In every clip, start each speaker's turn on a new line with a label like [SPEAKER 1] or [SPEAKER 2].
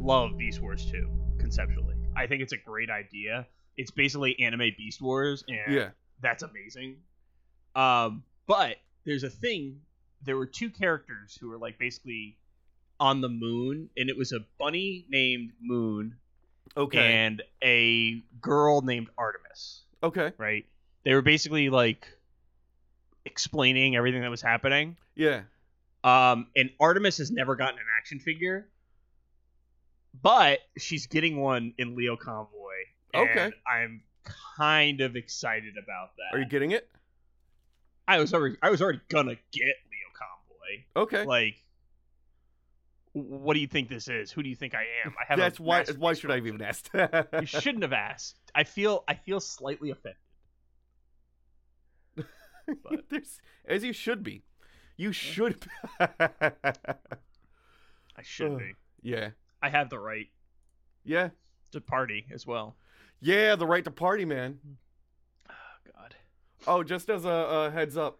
[SPEAKER 1] Love Beast Wars 2 conceptually. I think it's a great idea. It's basically anime Beast Wars, and
[SPEAKER 2] Yeah.
[SPEAKER 1] that's amazing. Um, but there's a thing. There were two characters who were like basically on the moon, and it was a bunny named Moon
[SPEAKER 2] Okay.
[SPEAKER 1] and a girl named Artemis.
[SPEAKER 2] okay.
[SPEAKER 1] Right? They were basically like explaining everything that was happening.
[SPEAKER 2] Yeah.
[SPEAKER 1] Um, and Artemis has never gotten an action figure, but she's getting one in Leo Convoy. and
[SPEAKER 2] Okay.
[SPEAKER 1] I'm kind of excited about that.
[SPEAKER 2] Are you getting it?
[SPEAKER 1] I was already I was already gonna get Leo
[SPEAKER 2] Okay.
[SPEAKER 1] Convoy. Like, what do you think this is? Who do you think I am? I have. a
[SPEAKER 2] That's why.
[SPEAKER 1] massive
[SPEAKER 2] Why should I have even asked? you
[SPEAKER 1] you shouldn't have asked. I feel I feel slightly offended. but-
[SPEAKER 2] There's, as you should be. You should. Be.
[SPEAKER 1] I should
[SPEAKER 2] Ugh.
[SPEAKER 1] be.
[SPEAKER 2] yeah.
[SPEAKER 1] I have the right
[SPEAKER 2] Yeah.
[SPEAKER 1] to party as well.
[SPEAKER 2] Yeah. The right to party, man.
[SPEAKER 1] Oh God.
[SPEAKER 2] Oh, just as a, a heads up,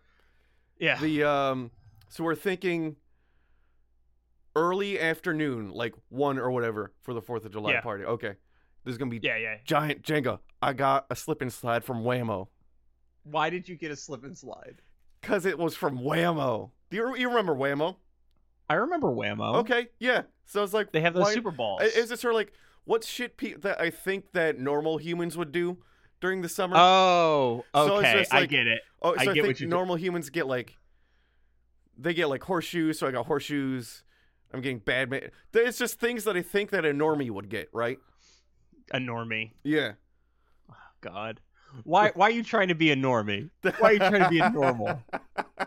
[SPEAKER 1] Yeah.
[SPEAKER 2] the um, so we're thinking early afternoon, like one or whatever, for the Fourth of July
[SPEAKER 1] Yeah.
[SPEAKER 2] party. Okay. There's gonna be
[SPEAKER 1] yeah, yeah.
[SPEAKER 2] giant Jenga. I got a slip and slide from Whammo.
[SPEAKER 1] Why did you get a slip and slide?
[SPEAKER 2] Cause it was from Whammo. Do you, you remember Whammo?
[SPEAKER 1] I remember Whammo.
[SPEAKER 2] Okay, yeah. So it's like
[SPEAKER 1] Oh. They have those
[SPEAKER 2] why-
[SPEAKER 1] Super Balls.
[SPEAKER 2] I- Is it sort of like what shit pe- that I think that normal humans would do during the summer?
[SPEAKER 1] Oh, okay.
[SPEAKER 2] So it's just
[SPEAKER 1] I
[SPEAKER 2] like-
[SPEAKER 1] get it.
[SPEAKER 2] oh, so
[SPEAKER 1] I
[SPEAKER 2] I,
[SPEAKER 1] get
[SPEAKER 2] think
[SPEAKER 1] what you-
[SPEAKER 2] normal humans get like they get like horseshoes. So I got horseshoes. I'm getting badminton. It's just things that I think that a normie would get, right?
[SPEAKER 1] A normie.
[SPEAKER 2] Yeah.
[SPEAKER 1] God. Why why are you trying to be a normie? Why are you trying to be a normal?
[SPEAKER 2] I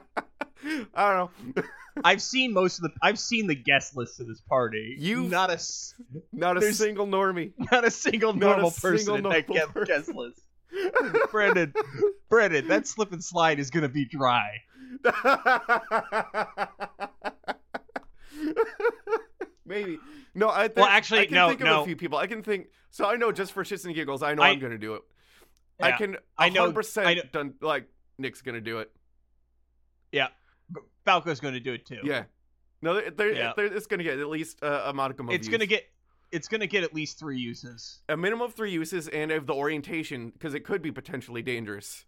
[SPEAKER 2] don't know.
[SPEAKER 1] I've seen most of the I've seen the guest list of this party.
[SPEAKER 2] You've-
[SPEAKER 1] not a s-
[SPEAKER 2] Not a
[SPEAKER 1] There's-
[SPEAKER 2] single normie.
[SPEAKER 1] not a single
[SPEAKER 2] Not a
[SPEAKER 1] normal
[SPEAKER 2] single
[SPEAKER 1] person in that
[SPEAKER 2] normal
[SPEAKER 1] guest-
[SPEAKER 2] person.
[SPEAKER 1] guest list. Brendan, Brendan, that slip and slide is gonna be dry.
[SPEAKER 2] Maybe. No, I think.
[SPEAKER 1] Well, actually,
[SPEAKER 2] I can
[SPEAKER 1] no,
[SPEAKER 2] think of
[SPEAKER 1] no.
[SPEAKER 2] a few people. I can think. So I know just for shits and giggles, I know
[SPEAKER 1] I-
[SPEAKER 2] I, am gonna do it. I
[SPEAKER 1] Yeah.
[SPEAKER 2] can.
[SPEAKER 1] I know-
[SPEAKER 2] 100%
[SPEAKER 1] I know-
[SPEAKER 2] Done. Like Nick's gonna do it.
[SPEAKER 1] Falco's gonna do it too.
[SPEAKER 2] Yeah. No, there, there,
[SPEAKER 1] Yeah.
[SPEAKER 2] there- it's gonna get at least uh, a modicum of.
[SPEAKER 1] It's
[SPEAKER 2] use.
[SPEAKER 1] gonna get it's gonna get at least three uses.
[SPEAKER 2] a minimum of three uses and of the orientation because it could be potentially dangerous.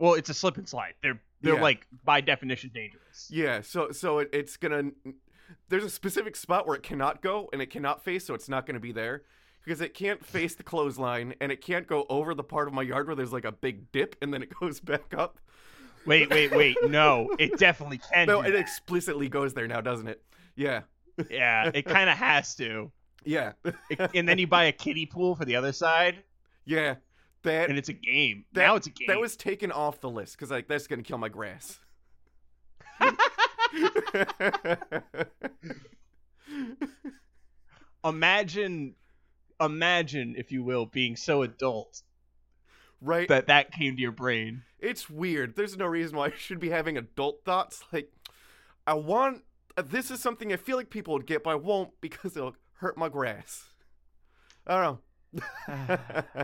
[SPEAKER 1] Well, it's a slip and slide. They're they're
[SPEAKER 2] Yeah.
[SPEAKER 1] like by definition dangerous.
[SPEAKER 2] Yeah. So so it, it's gonna. There's a specific spot where it cannot go and it cannot face, so it's not gonna be there. Because it can't face the clothesline and it can't go over the part of my yard where there's like a big dip and then it goes back up.
[SPEAKER 1] Wait, wait, wait. No, it definitely can.
[SPEAKER 2] No,
[SPEAKER 1] do
[SPEAKER 2] it explicitly goes there now, doesn't it? Yeah.
[SPEAKER 1] that. yeah, it kind of has to.
[SPEAKER 2] Yeah.
[SPEAKER 1] It- and then you buy a kiddie pool for the other side,
[SPEAKER 2] yeah. That
[SPEAKER 1] and it's a game.
[SPEAKER 2] That-
[SPEAKER 1] now it's a game.
[SPEAKER 2] that was taken off the list because like that's gonna kill my grass.
[SPEAKER 1] imagine, imagine if you will, being so adult
[SPEAKER 2] right?
[SPEAKER 1] that that came to your brain.
[SPEAKER 2] it's weird. There's no reason why I should be having adult thoughts. Like, I want uh, this is something I feel like people would get, but I won't because it'll hurt my grass. I don't know.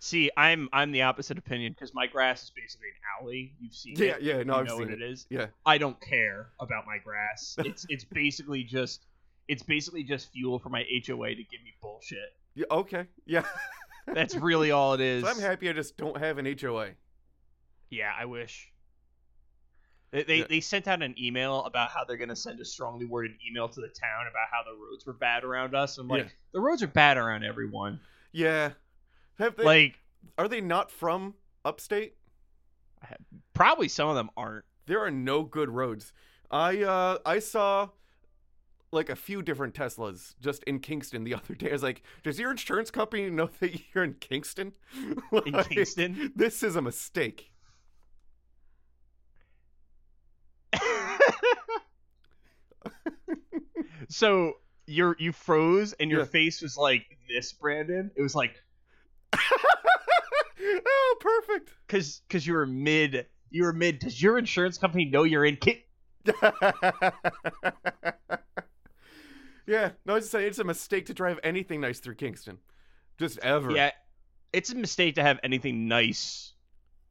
[SPEAKER 1] See, I'm I'm the opposite opinion because my grass is basically an alley. You've seen
[SPEAKER 2] yeah,
[SPEAKER 1] it.
[SPEAKER 2] yeah, no,
[SPEAKER 1] you
[SPEAKER 2] I've
[SPEAKER 1] know
[SPEAKER 2] seen
[SPEAKER 1] what it is.
[SPEAKER 2] Yeah.
[SPEAKER 1] I don't care about my grass. It's it's basically just it's basically just fuel for my HOA to give me bullshit.
[SPEAKER 2] Yeah, okay, yeah.
[SPEAKER 1] That's really all it is.
[SPEAKER 2] So I'm happy I just don't have an HOA.
[SPEAKER 1] Yeah, I wish. They they,
[SPEAKER 2] Yeah.
[SPEAKER 1] they sent out an email about how they're gonna send a strongly worded email to the town about how the roads were bad around us. I'm like,
[SPEAKER 2] Yeah.
[SPEAKER 1] the roads are bad around everyone.
[SPEAKER 2] Yeah, have they?
[SPEAKER 1] like,
[SPEAKER 2] are they not from upstate?
[SPEAKER 1] probably some of them aren't.
[SPEAKER 2] There are no good roads. I uh I saw like a few different Teslas just in Kingston the other day. I was like, does your insurance company know that you're in Kingston?
[SPEAKER 1] In
[SPEAKER 2] Like,
[SPEAKER 1] Kingston?
[SPEAKER 2] This is a mistake.
[SPEAKER 1] so you're you froze and your
[SPEAKER 2] Yeah.
[SPEAKER 1] face was like this, Brandon. It was like
[SPEAKER 2] oh, perfect.
[SPEAKER 1] because because you were mid you were mid. Does your insurance company know you're in? Ki-?
[SPEAKER 2] yeah, no, I was just saying it's a mistake to drive anything nice through Kingston, just ever.
[SPEAKER 1] Yeah, it's a mistake to have anything nice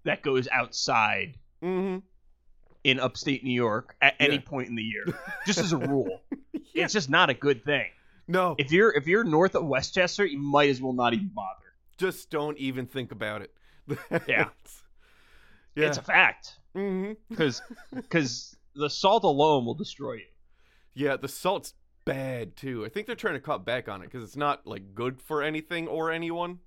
[SPEAKER 1] that goes outside
[SPEAKER 2] hmm
[SPEAKER 1] in upstate New York at any
[SPEAKER 2] Yeah.
[SPEAKER 1] point in the year. Just as a rule, it's just not a good thing.
[SPEAKER 2] No,
[SPEAKER 1] If you're if you're north of Westchester, you might as well not even bother.
[SPEAKER 2] just don't even think about it.
[SPEAKER 1] Yeah.
[SPEAKER 2] yeah.
[SPEAKER 1] It's a fact
[SPEAKER 2] hmm
[SPEAKER 1] because because the salt alone will destroy you.
[SPEAKER 2] Yeah, the salt's bad too. I think they're trying to cut back on it because it's not like good for anything or anyone.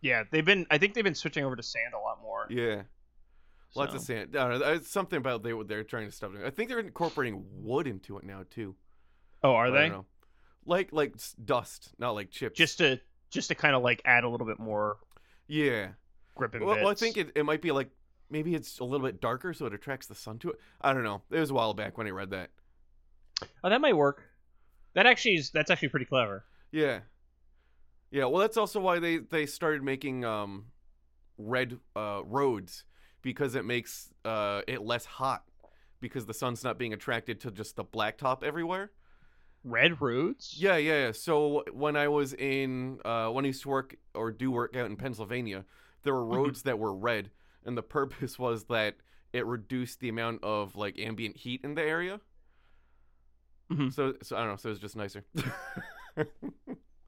[SPEAKER 1] Yeah, they've been. I think they've been switching over to sand a lot more.
[SPEAKER 2] Yeah, lots of
[SPEAKER 1] so.
[SPEAKER 2] sand. I don't know, it's something about they they're trying to stop doing. I think they're incorporating wood into it now too.
[SPEAKER 1] Oh, are
[SPEAKER 2] I don't
[SPEAKER 1] they?
[SPEAKER 2] know. Like like s- dust, not like chips.
[SPEAKER 1] Just to just to kind of like add a little bit more
[SPEAKER 2] yeah.
[SPEAKER 1] grip and
[SPEAKER 2] Well, well, I
[SPEAKER 1] bits.
[SPEAKER 2] think it, it might be like maybe it's a little bit darker so it attracts the sun to it. I don't know. It was a while back when I read that.
[SPEAKER 1] Oh, that might work. That actually is. That's actually pretty clever.
[SPEAKER 2] Yeah. Yeah, well that's also why they they started making um red uh roads because it makes uh it less hot because the sun's not being attracted to just the blacktop everywhere.
[SPEAKER 1] Red roots.
[SPEAKER 2] Yeah, yeah, yeah. So when I was in uh when I used to work or do work out in Pennsylvania, there were roads that were red and the purpose was that it reduced the amount of like ambient heat in the area.
[SPEAKER 1] Mhm.
[SPEAKER 2] So so I don't know, so it was just nicer.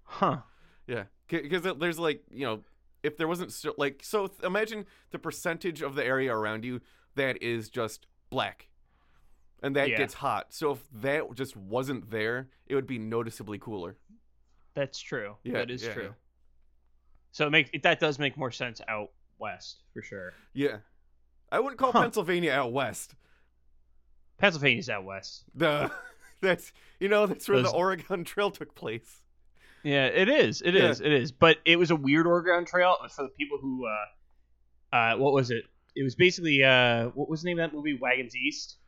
[SPEAKER 1] Huh.
[SPEAKER 2] Yeah, because there's like you know, if there wasn't so, like so, th- imagine the percentage of the area around you that is just black, and that
[SPEAKER 1] Yeah.
[SPEAKER 2] gets hot. So if that just wasn't there, it would be noticeably cooler.
[SPEAKER 1] That's true.
[SPEAKER 2] Yeah,
[SPEAKER 1] that is
[SPEAKER 2] yeah, yeah.
[SPEAKER 1] true. So it makes it, that does make more sense out west for sure.
[SPEAKER 2] Yeah, I wouldn't call
[SPEAKER 1] Huh.
[SPEAKER 2] Pennsylvania out west.
[SPEAKER 1] Pennsylvania's out west.
[SPEAKER 2] The that's you know that's where
[SPEAKER 1] Those-
[SPEAKER 2] the Oregon Trail took place.
[SPEAKER 1] Yeah, it is. It is.
[SPEAKER 2] Yeah.
[SPEAKER 1] It is. But it was a weird Oregon Trail for the people who, uh, uh, what was it? It was basically uh, what was the name of that movie? Wagons East.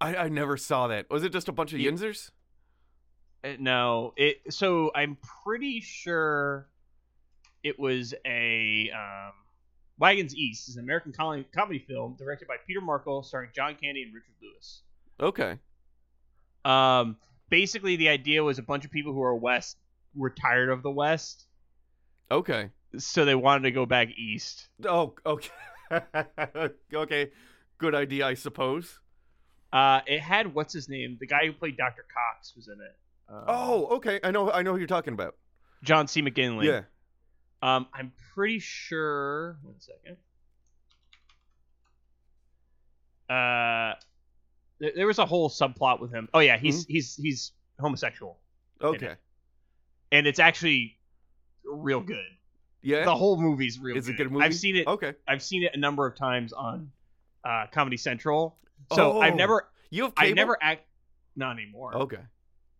[SPEAKER 2] I, I never saw that. Was it just a bunch of
[SPEAKER 1] Yeah.
[SPEAKER 2] yinzers?
[SPEAKER 1] Uh, no, it. So I'm pretty sure it was a um, Wagons East is an American colony, comedy film directed by Peter Markle, starring John Candy and Richard Lewis.
[SPEAKER 2] Okay.
[SPEAKER 1] Um, basically, the idea was a bunch of people who are West were tired of the West,
[SPEAKER 2] Okay.
[SPEAKER 1] so they wanted to go back east.
[SPEAKER 2] Oh. Okay. okay. Good idea, I suppose.
[SPEAKER 1] Uh, it had what's his name? The guy who played Dr. Cox was in it. Uh,
[SPEAKER 2] Oh, okay. I know. I know who you're talking about.
[SPEAKER 1] John C. McGinley.
[SPEAKER 2] Yeah.
[SPEAKER 1] Um, I'm pretty sure. One second. Uh, there, there was a whole subplot with him. Oh yeah, he's
[SPEAKER 2] Mm-hmm.
[SPEAKER 1] he's he's homosexual,
[SPEAKER 2] Okay.
[SPEAKER 1] and it's actually real good.
[SPEAKER 2] Yeah.
[SPEAKER 1] The whole movie's real.
[SPEAKER 2] Is it
[SPEAKER 1] good.
[SPEAKER 2] a good movie?
[SPEAKER 1] I've seen it.
[SPEAKER 2] Okay.
[SPEAKER 1] I've seen it a number of times on uh, Comedy Central. So I've
[SPEAKER 2] Oh,
[SPEAKER 1] never,
[SPEAKER 2] You have cable.
[SPEAKER 1] I never act. Not anymore.
[SPEAKER 2] Okay.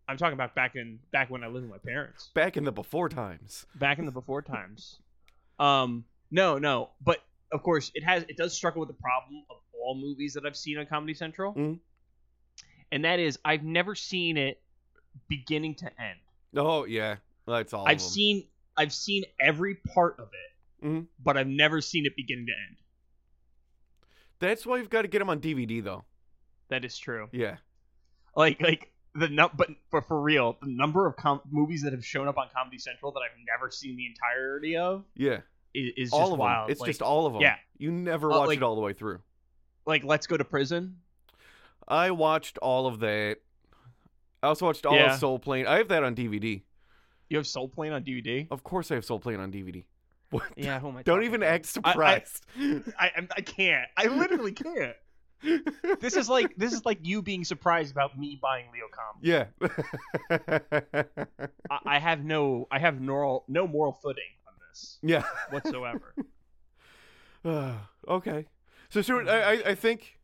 [SPEAKER 1] I'm talking about back in back when I lived with my parents.
[SPEAKER 2] Back in the before times.
[SPEAKER 1] back in the before times. Um, no, no, but of course it has it does struggle with the problem of all movies that I've seen on Comedy Central,
[SPEAKER 2] Mhm.
[SPEAKER 1] and that is I've never seen it beginning to end.
[SPEAKER 2] Oh yeah, that's all. of
[SPEAKER 1] I've
[SPEAKER 2] them.
[SPEAKER 1] seen I've seen every part of it,
[SPEAKER 2] Mhm.
[SPEAKER 1] but I've never seen it beginning to end.
[SPEAKER 2] That's why you've got to get them on DVD though.
[SPEAKER 1] That is true.
[SPEAKER 2] Yeah.
[SPEAKER 1] Like like the num but but for real, the number of com- movies that have shown up on Comedy Central that I've never seen the entirety of
[SPEAKER 2] Yeah.
[SPEAKER 1] is, is
[SPEAKER 2] all
[SPEAKER 1] just
[SPEAKER 2] of
[SPEAKER 1] wild.
[SPEAKER 2] them. It's
[SPEAKER 1] Like-
[SPEAKER 2] just all of them.
[SPEAKER 1] yeah.
[SPEAKER 2] You never
[SPEAKER 1] Uh,
[SPEAKER 2] watch
[SPEAKER 1] like-
[SPEAKER 2] it all the way through.
[SPEAKER 1] like Let's Go to Prison.
[SPEAKER 2] I watched all of that. I also watched all
[SPEAKER 1] Yeah.
[SPEAKER 2] of Soul Plane. I have that on DVD.
[SPEAKER 1] You have Soul Plane on DVD.
[SPEAKER 2] Of course, I have Soul Plane on DVD. What?
[SPEAKER 1] Yeah, who am I?
[SPEAKER 2] Oh, Don't
[SPEAKER 1] talking
[SPEAKER 2] even
[SPEAKER 1] to?
[SPEAKER 2] act surprised.
[SPEAKER 1] I, I I can't. I literally can't. This is like this is like you being surprised about me buying Leo Com.
[SPEAKER 2] yeah.
[SPEAKER 1] I, I have no I have moral no moral footing on this
[SPEAKER 2] yeah.
[SPEAKER 1] whatsoever.
[SPEAKER 2] Uh, okay. So, Stuart, I, I, I think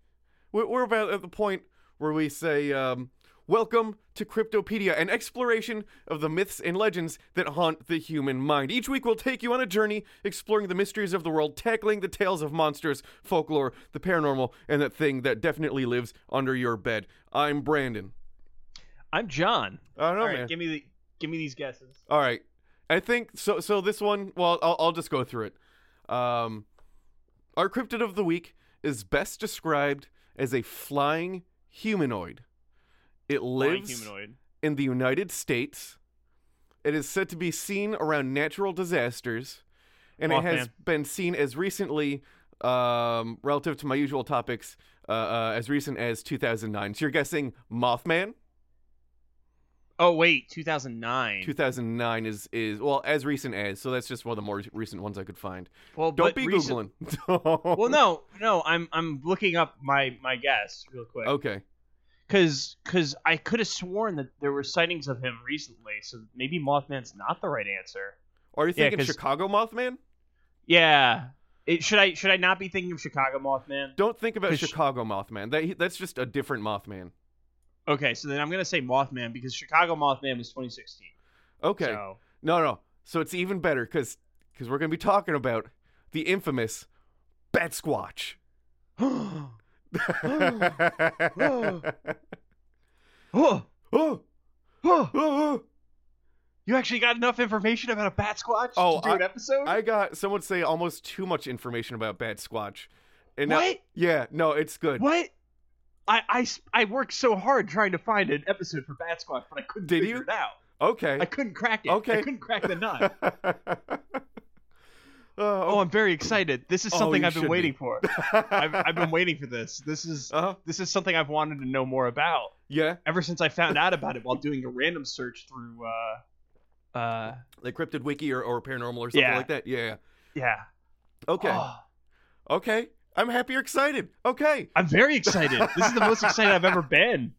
[SPEAKER 2] we're, we're about at the point where we say, um, Welcome to Cryptopedia, an exploration of the myths and legends that haunt the human mind. Each week, we'll take you on a journey exploring the mysteries of the world, tackling the tales of monsters, folklore, the paranormal, and that thing that definitely lives under your bed. I'm Brandon.
[SPEAKER 1] I'm John.
[SPEAKER 2] I don't know,
[SPEAKER 1] All right,
[SPEAKER 2] man.
[SPEAKER 1] give me the give me these guesses.
[SPEAKER 2] All right. I think so. So this one, well, I'll, I'll just go through it. Um, our cryptid of the week is best described as a flying humanoid. It
[SPEAKER 1] Flying
[SPEAKER 2] lives
[SPEAKER 1] humanoid.
[SPEAKER 2] in the United States. It is said to be seen around natural disasters, and it has
[SPEAKER 1] Mothman.
[SPEAKER 2] been seen as recently, um, relative to my usual topics, uh, uh, as recent as 2009. So you're guessing Mothman?
[SPEAKER 1] Oh wait, 2009.
[SPEAKER 2] 2009 is is well as recent as so that's just one of the more recent ones I could find.
[SPEAKER 1] well,
[SPEAKER 2] Don't
[SPEAKER 1] but
[SPEAKER 2] be
[SPEAKER 1] recent-
[SPEAKER 2] googling.
[SPEAKER 1] Well, no, no, I'm I'm looking up my my guess real quick.
[SPEAKER 2] Okay.
[SPEAKER 1] Because I could have sworn that there were sightings of him recently, so maybe Mothman's not the right answer.
[SPEAKER 2] Are you
[SPEAKER 1] Yeah,
[SPEAKER 2] thinking
[SPEAKER 1] 'cause-
[SPEAKER 2] Chicago Mothman?
[SPEAKER 1] Yeah. It, should I should I not be thinking of Chicago Mothman?
[SPEAKER 2] Don't think about
[SPEAKER 1] 'Cause sh-
[SPEAKER 2] Chicago Mothman. That that's just a different Mothman.
[SPEAKER 1] Okay, so then I'm gonna say Mothman because Chicago Mothman was 2016.
[SPEAKER 2] Okay.
[SPEAKER 1] So,
[SPEAKER 2] No, no. So it's even better because because we're gonna be talking about the infamous Bat Squatch.
[SPEAKER 1] oh,
[SPEAKER 2] oh,
[SPEAKER 1] oh,
[SPEAKER 2] oh.
[SPEAKER 1] you actually got enough information about a Bat Squatch
[SPEAKER 2] Oh,
[SPEAKER 1] to do an episode?
[SPEAKER 2] I got some would say almost too much information about Bat Squatch. And now-
[SPEAKER 1] What?
[SPEAKER 2] yeah, no, it's good.
[SPEAKER 1] what? I, I s- I worked so hard trying to find an episode for Bat Squatch, but I couldn't
[SPEAKER 2] Did
[SPEAKER 1] figure
[SPEAKER 2] you?
[SPEAKER 1] it out.
[SPEAKER 2] Okay.
[SPEAKER 1] I couldn't crack it.
[SPEAKER 2] Okay.
[SPEAKER 1] I couldn't crack the nut.
[SPEAKER 2] oh,
[SPEAKER 1] oh, I'm very excited. This is
[SPEAKER 2] Oh,
[SPEAKER 1] something
[SPEAKER 2] you
[SPEAKER 1] I've
[SPEAKER 2] should
[SPEAKER 1] been
[SPEAKER 2] be.
[SPEAKER 1] waiting for. I've, I've been waiting for this. This is
[SPEAKER 2] Uh-huh.
[SPEAKER 1] this is something I've wanted to know more about
[SPEAKER 2] yeah,
[SPEAKER 1] ever since I found out about it while doing a random search through. Uh, uh,
[SPEAKER 2] like cryptid wiki or, or paranormal or something
[SPEAKER 1] Yeah.
[SPEAKER 2] like that. Yeah. yeah.
[SPEAKER 1] yeah.
[SPEAKER 2] Okay.
[SPEAKER 1] Oh,
[SPEAKER 2] Okay. I'm happy you're excited. Okay.
[SPEAKER 1] I'm very excited. this is the most excited I've ever been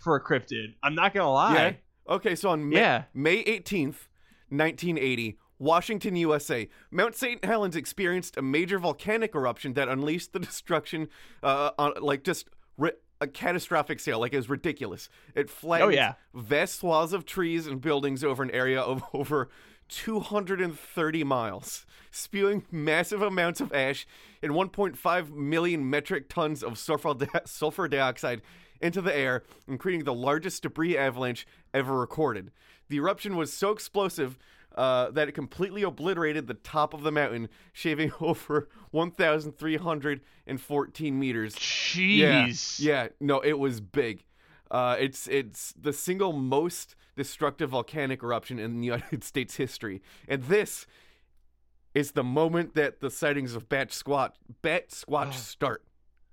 [SPEAKER 1] for a cryptid. I'm not gonna lie.
[SPEAKER 2] Yeah. Okay. So on May,
[SPEAKER 1] Yeah.
[SPEAKER 2] May 18th, 1980, Washington, USA, Mount St. Helens experienced a major volcanic eruption that unleashed the destruction, uh, on like just ri- a catastrophic scale. Like it was ridiculous. It flattened
[SPEAKER 1] Oh, yeah.
[SPEAKER 2] vast swaths of trees and buildings over an area of over 230 miles, spewing massive amounts of ash and 1.5 million metric tons of sulfur, di- sulfur dioxide into the air and creating the largest debris avalanche ever recorded. The eruption was so explosive uh, that it completely obliterated the top of the mountain, shaving over 1,314 meters.
[SPEAKER 1] Jeez.
[SPEAKER 2] Yeah, yeah, no, it was big. Uh, it's it's the single most destructive volcanic eruption in the United States history, and this is the moment that the sightings of Bat Squatch Bat Squatch
[SPEAKER 1] Oh.
[SPEAKER 2] start.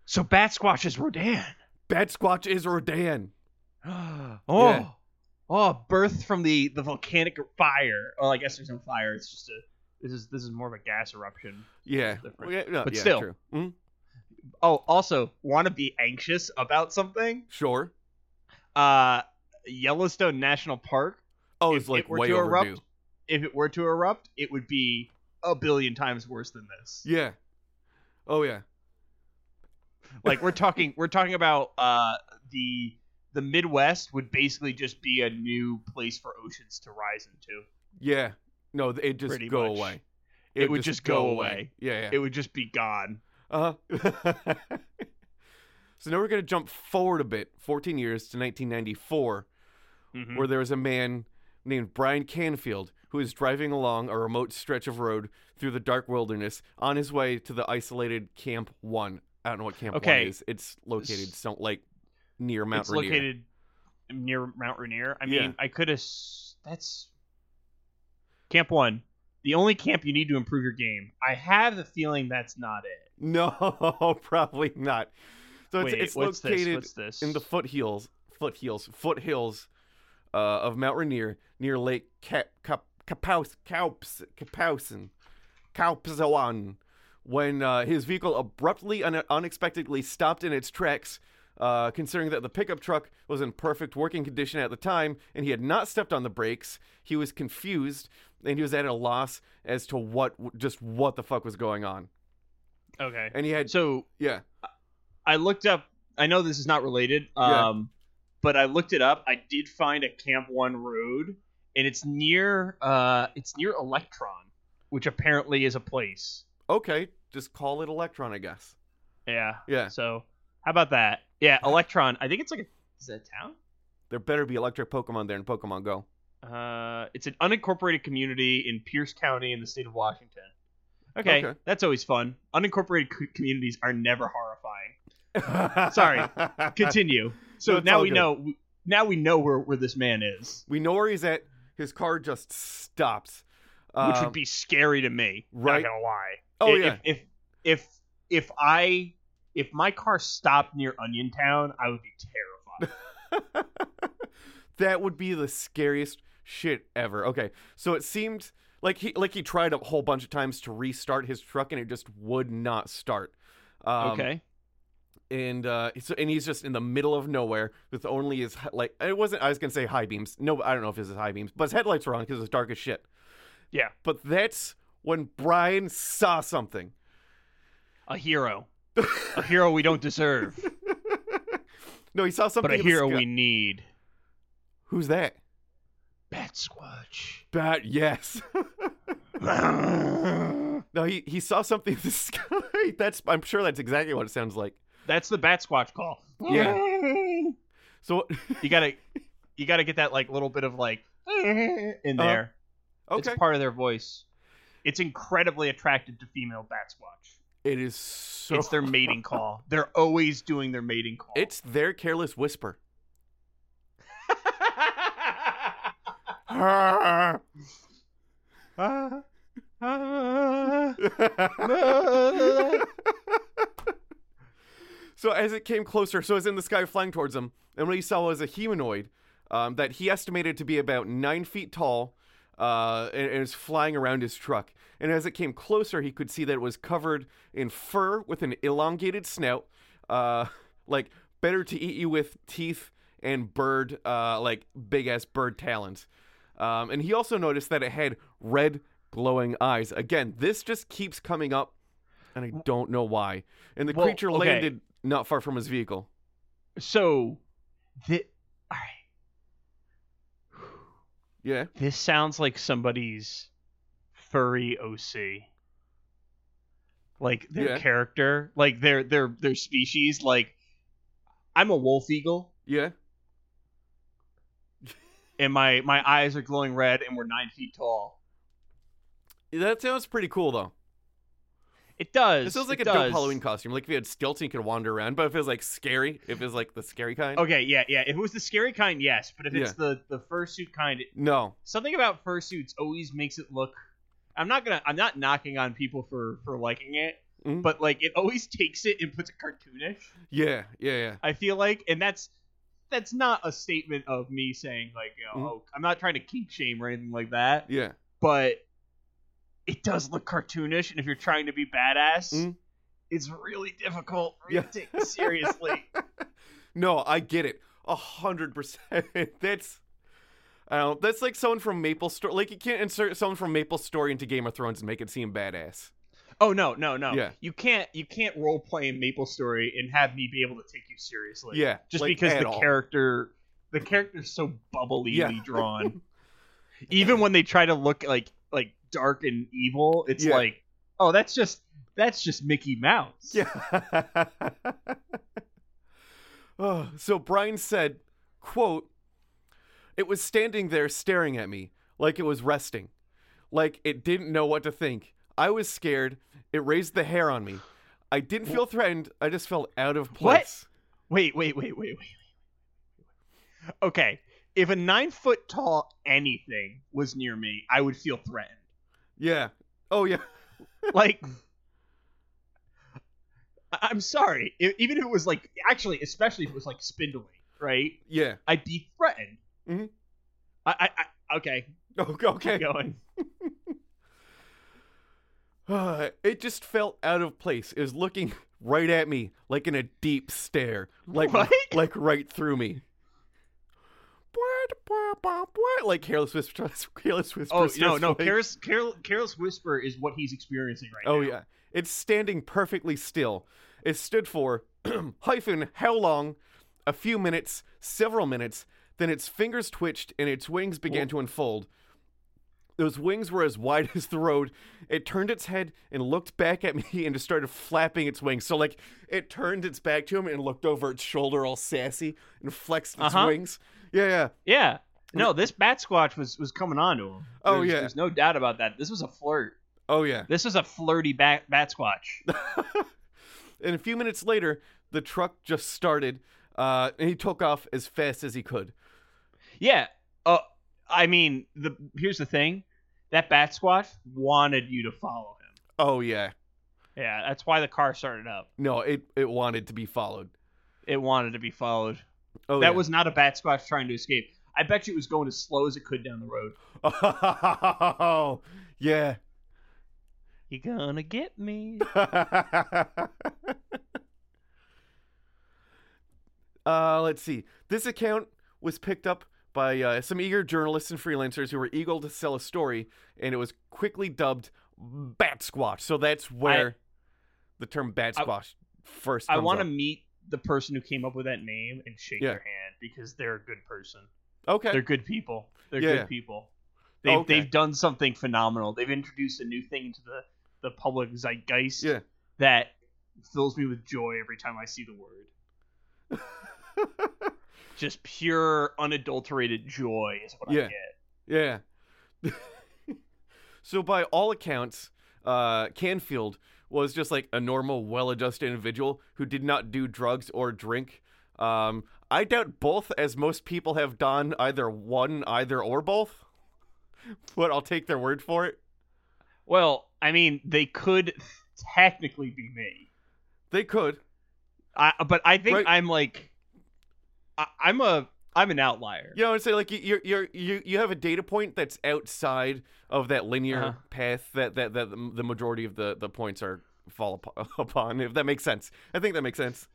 [SPEAKER 1] So Bat Squatch is Rodan.
[SPEAKER 2] Bat Squatch is Rodan.
[SPEAKER 1] oh,
[SPEAKER 2] Yeah.
[SPEAKER 1] oh, birth from the the volcanic fire. Well, I guess there's no fire. It's just a this is this is more of a gas eruption.
[SPEAKER 2] Yeah,
[SPEAKER 1] different.
[SPEAKER 2] Yeah, no,
[SPEAKER 1] But
[SPEAKER 2] yeah,
[SPEAKER 1] still.
[SPEAKER 2] true. Mhm.
[SPEAKER 1] Oh, also, want to be anxious about something?
[SPEAKER 2] sure.
[SPEAKER 1] Uh, Yellowstone National Park.
[SPEAKER 2] Oh,
[SPEAKER 1] if
[SPEAKER 2] it's like
[SPEAKER 1] it were
[SPEAKER 2] way
[SPEAKER 1] to
[SPEAKER 2] overdue.
[SPEAKER 1] erupt, if it were to erupt, it would be a billion times worse than this.
[SPEAKER 2] Yeah. Oh yeah.
[SPEAKER 1] Like we're talking, we're talking about uh the the Midwest would basically just be a new place for oceans to rise into.
[SPEAKER 2] Yeah. No, th- it just
[SPEAKER 1] Pretty
[SPEAKER 2] go
[SPEAKER 1] much.
[SPEAKER 2] away.
[SPEAKER 1] It would just go away.
[SPEAKER 2] Yeah. yeah.
[SPEAKER 1] It would just be gone.
[SPEAKER 2] Uh huh. so now we're going to jump forward a bit, 14 years to 1994,
[SPEAKER 1] Mhm.
[SPEAKER 2] where there was a man named Brian Canfield who is driving along a remote stretch of road through the dark wilderness on his way to the isolated Camp One. I don't know what Camp
[SPEAKER 1] Okay.
[SPEAKER 2] One is. It's located some like near Mount
[SPEAKER 1] it's
[SPEAKER 2] Rainier.
[SPEAKER 1] located near Mount Rainier. I mean,
[SPEAKER 2] Yeah.
[SPEAKER 1] I could have. That's camp one, the only camp you need to improve your game. I have the feeling that's not it.
[SPEAKER 2] No, probably not. So it's,
[SPEAKER 1] Wait,
[SPEAKER 2] it's
[SPEAKER 1] what's this?
[SPEAKER 2] located
[SPEAKER 1] What's this?
[SPEAKER 2] in the foothills, foothills, foothills uh, of Mount Rainier near Lake Cap Cap Capaus Caups Capausen Caupzawan, when uh, his vehicle abruptly and unexpectedly stopped in its tracks. Uh, considering that the pickup truck was in perfect working condition at the time and he had not stepped on the brakes, he was confused and he was at a loss as to what just what the fuck was going on.
[SPEAKER 1] Okay.
[SPEAKER 2] And he had
[SPEAKER 1] So
[SPEAKER 2] yeah.
[SPEAKER 1] I looked up. I know this is not related.
[SPEAKER 2] Yeah.
[SPEAKER 1] Um, but I looked it up. I did find a Camp One road, and it's near. Uh, it's near Electron, which apparently is a place.
[SPEAKER 2] Okay, just call it Electron, I guess.
[SPEAKER 1] Yeah.
[SPEAKER 2] Yeah.
[SPEAKER 1] So how about that? Yeah, Electron. I think it's like a. Is that a town?
[SPEAKER 2] There better be electric Pokemon there in Pokemon Go.
[SPEAKER 1] Uh, it's an unincorporated community in Pierce County in the state of Washington. Okay,
[SPEAKER 2] Okay.
[SPEAKER 1] that's always fun. Unincorporated co- communities are never horrifying. Sorry. Continue. So
[SPEAKER 2] No, it's
[SPEAKER 1] now
[SPEAKER 2] all
[SPEAKER 1] we
[SPEAKER 2] good.
[SPEAKER 1] know. w- Now we know where, where this man is,
[SPEAKER 2] We know where he's at. His car just stops.
[SPEAKER 1] which
[SPEAKER 2] Um,
[SPEAKER 1] would be scary to me.
[SPEAKER 2] right.
[SPEAKER 1] Not gonna lie.
[SPEAKER 2] Oh,
[SPEAKER 1] I-
[SPEAKER 2] yeah.
[SPEAKER 1] If if if, if I if my car stopped near Onion Town, I would be terrified.
[SPEAKER 2] that would be the scariest shit ever. Okay, so it seemed like he like he tried a whole bunch of times to restart his truck and it just would not start. Um,
[SPEAKER 1] okay.
[SPEAKER 2] and uh, so and he's just in the middle of nowhere with only his hi- like it wasn't. I was gonna say high beams. No, I don't know if this is high beams, but his headlights were on because it's dark as shit.
[SPEAKER 1] Yeah.
[SPEAKER 2] But that's when Brian saw something.
[SPEAKER 1] A hero. a hero we don't deserve,
[SPEAKER 2] No, he saw something.
[SPEAKER 1] but a
[SPEAKER 2] in the
[SPEAKER 1] hero
[SPEAKER 2] sky-
[SPEAKER 1] we need.
[SPEAKER 2] Who's that?
[SPEAKER 1] Bat Squatch.
[SPEAKER 2] Bat. Yes. no, he he saw something in the sky. That's I'm sure that's exactly what it sounds like.
[SPEAKER 1] That's the Bat Squatch call.
[SPEAKER 2] Yeah. So
[SPEAKER 1] You gotta you gotta get that like little bit of like in
[SPEAKER 2] Uh-huh.
[SPEAKER 1] there.
[SPEAKER 2] okay,
[SPEAKER 1] It's part of their voice. It's incredibly attractive to female bat squatch.
[SPEAKER 2] it is so
[SPEAKER 1] it's their mating call. They're always doing their mating call.
[SPEAKER 2] It's their careless whisper. That's so as it came closer, so it was in the sky flying towards him, and what he saw was a humanoid um, that he estimated to be about nine feet tall, uh, and, and it was flying around his truck. And as it came closer, he could see that it was covered in fur with an elongated snout, uh, like better to eat you with teeth and bird, uh, like big ass bird talons. Um, and he also noticed that it had red glowing eyes. Again, this just keeps coming up, and I don't know why. And the
[SPEAKER 1] Well,
[SPEAKER 2] creature
[SPEAKER 1] okay.
[SPEAKER 2] landed not far from his vehicle.
[SPEAKER 1] so the all right.
[SPEAKER 2] Yeah.
[SPEAKER 1] This sounds like somebody's furry OC. Like their
[SPEAKER 2] Yeah.
[SPEAKER 1] character, like their their their species. Like I'm a wolf eagle,
[SPEAKER 2] Yeah.
[SPEAKER 1] and my my eyes are glowing red, and we're nine feet tall.
[SPEAKER 2] That sounds pretty cool, though.
[SPEAKER 1] It does.
[SPEAKER 2] This sounds like
[SPEAKER 1] it
[SPEAKER 2] a dope
[SPEAKER 1] does.
[SPEAKER 2] Halloween costume. Like if you had stilts, you could wander around. But if it was like scary, if it was like the scary kind,
[SPEAKER 1] Okay, yeah, yeah. If it was the scary kind, yes, but if it's
[SPEAKER 2] Yeah.
[SPEAKER 1] the the fursuit kind, it,
[SPEAKER 2] no.
[SPEAKER 1] something about fursuits always makes it look. I'm not gonna. I'm not knocking on people for for liking it,
[SPEAKER 2] Mhm.
[SPEAKER 1] but like it always takes it and puts it cartoonish.
[SPEAKER 2] Yeah, yeah, yeah.
[SPEAKER 1] I feel like, and that's that's not a statement of me saying like, you know,
[SPEAKER 2] Mhm.
[SPEAKER 1] oh, I'm not trying to kink shame or anything like that,
[SPEAKER 2] Yeah.
[SPEAKER 1] but it does look cartoonish, and if you're trying to be badass,
[SPEAKER 2] Mhm.
[SPEAKER 1] it's really difficult for you
[SPEAKER 2] Yeah.
[SPEAKER 1] to take it seriously.
[SPEAKER 2] No, I get it. A hundred percent. That's I don't that's like someone from Maple Story like you can't insert someone from Maple Story into Game of Thrones and make it seem badass.
[SPEAKER 1] Oh no, no, no.
[SPEAKER 2] Yeah.
[SPEAKER 1] You can't you can't role play in Maple Story and have me be able to take you seriously.
[SPEAKER 2] Yeah,
[SPEAKER 1] Just
[SPEAKER 2] like,
[SPEAKER 1] because
[SPEAKER 2] at
[SPEAKER 1] the
[SPEAKER 2] all.
[SPEAKER 1] character the character's so bubbly
[SPEAKER 2] Yeah.
[SPEAKER 1] drawn. Even when they try to look like like dark and evil, it's
[SPEAKER 2] Yeah.
[SPEAKER 1] like, oh, that's just that's just Mickey Mouse.
[SPEAKER 2] Yeah. oh, so Brian said, quote, It was standing there staring at me, like it was resting, like it didn't know what to think. I was scared. It raised the hair on me. I didn't feel threatened. I just felt out of place.
[SPEAKER 1] Wait, wait, wait, wait, wait, wait. Okay. If a nine foot tall anything was near me, I would feel threatened.
[SPEAKER 2] Yeah. Oh, yeah.
[SPEAKER 1] like I- i'm sorry E- even if it was like actually especially if it was like spindly right
[SPEAKER 2] Yeah.
[SPEAKER 1] i'd be threatened
[SPEAKER 2] Mhm.
[SPEAKER 1] I, I i okay
[SPEAKER 2] Okay. okay.
[SPEAKER 1] keep going
[SPEAKER 2] Uh, it just felt out of place. It was looking right at me, like in a deep stare, like
[SPEAKER 1] What?
[SPEAKER 2] like right through me. Like careless whisper, careless whisper.
[SPEAKER 1] oh no no
[SPEAKER 2] like-
[SPEAKER 1] careless, careless careless whisper is what he's experiencing right
[SPEAKER 2] Oh
[SPEAKER 1] now
[SPEAKER 2] yeah, it's standing perfectly still. It stood for hyphen how long, a few minutes, several minutes. Then its fingers twitched and its wings began to unfold. Those wings were as wide as the road. It turned its head and looked back at me and just started flapping its wings. So like it turned its back to him and looked over its shoulder all sassy and flexed its
[SPEAKER 1] Uh-huh.
[SPEAKER 2] wings. Yeah, yeah.
[SPEAKER 1] Yeah. No, this Bat Squatch was was coming on to him.
[SPEAKER 2] Oh,
[SPEAKER 1] There's-
[SPEAKER 2] yeah.
[SPEAKER 1] There's no doubt about that. This was a flirt.
[SPEAKER 2] Oh yeah.
[SPEAKER 1] This was a flirty Bat Bat Squatch.
[SPEAKER 2] And a few minutes later, the truck just started, uh, and he took off as fast as he could.
[SPEAKER 1] yeah. Uh, I mean, the here's the thing. That Bat Squatch wanted you to follow him.
[SPEAKER 2] Oh yeah.
[SPEAKER 1] Yeah, that's why the car started up.
[SPEAKER 2] No, it it wanted to be followed.
[SPEAKER 1] It wanted to be followed.
[SPEAKER 2] Oh,
[SPEAKER 1] that
[SPEAKER 2] yeah.
[SPEAKER 1] was not a Bat Squatch trying to escape. I bet you it was going as slow as it could down the road.
[SPEAKER 2] Oh yeah.
[SPEAKER 1] You gonna get me?
[SPEAKER 2] uh, let's see. This account was picked up by uh, some eager journalists and freelancers who were eager to sell a story, and it was quickly dubbed Bat Squash. So that's where the term Bat
[SPEAKER 1] I-
[SPEAKER 2] Squash first.
[SPEAKER 1] I
[SPEAKER 2] comes
[SPEAKER 1] want to
[SPEAKER 2] up.
[SPEAKER 1] meet the person who came up with that name and shake
[SPEAKER 2] Yeah.
[SPEAKER 1] their hand because they're a good person.
[SPEAKER 2] Okay.
[SPEAKER 1] They're good people. They're
[SPEAKER 2] Yeah. Oh,
[SPEAKER 1] good people. They've,
[SPEAKER 2] Okay.
[SPEAKER 1] they've done something phenomenal. They've introduced a new thing into the, the public zeitgeist
[SPEAKER 2] Yeah.
[SPEAKER 1] that fills me with joy every time I see the word. Just pure, unadulterated joy is what I
[SPEAKER 2] Yeah.
[SPEAKER 1] get.
[SPEAKER 2] Yeah. so by all accounts, uh, Canfield was just like a normal, well-adjusted individual who did not do drugs or drink. Um, I doubt both, as most people have done either one, either or both. But I'll take their word for it.
[SPEAKER 1] Well, I mean, they could technically be me.
[SPEAKER 2] They could.
[SPEAKER 1] I, but I think
[SPEAKER 2] Right.
[SPEAKER 1] I'm like, I, I'm a, I'm an outlier.
[SPEAKER 2] You know, it's like you you you you you have a data point that's outside of that linear
[SPEAKER 1] Uh-huh.
[SPEAKER 2] path that that that the the majority of the the points are fall upo- upon. If that makes sense, I think that makes sense.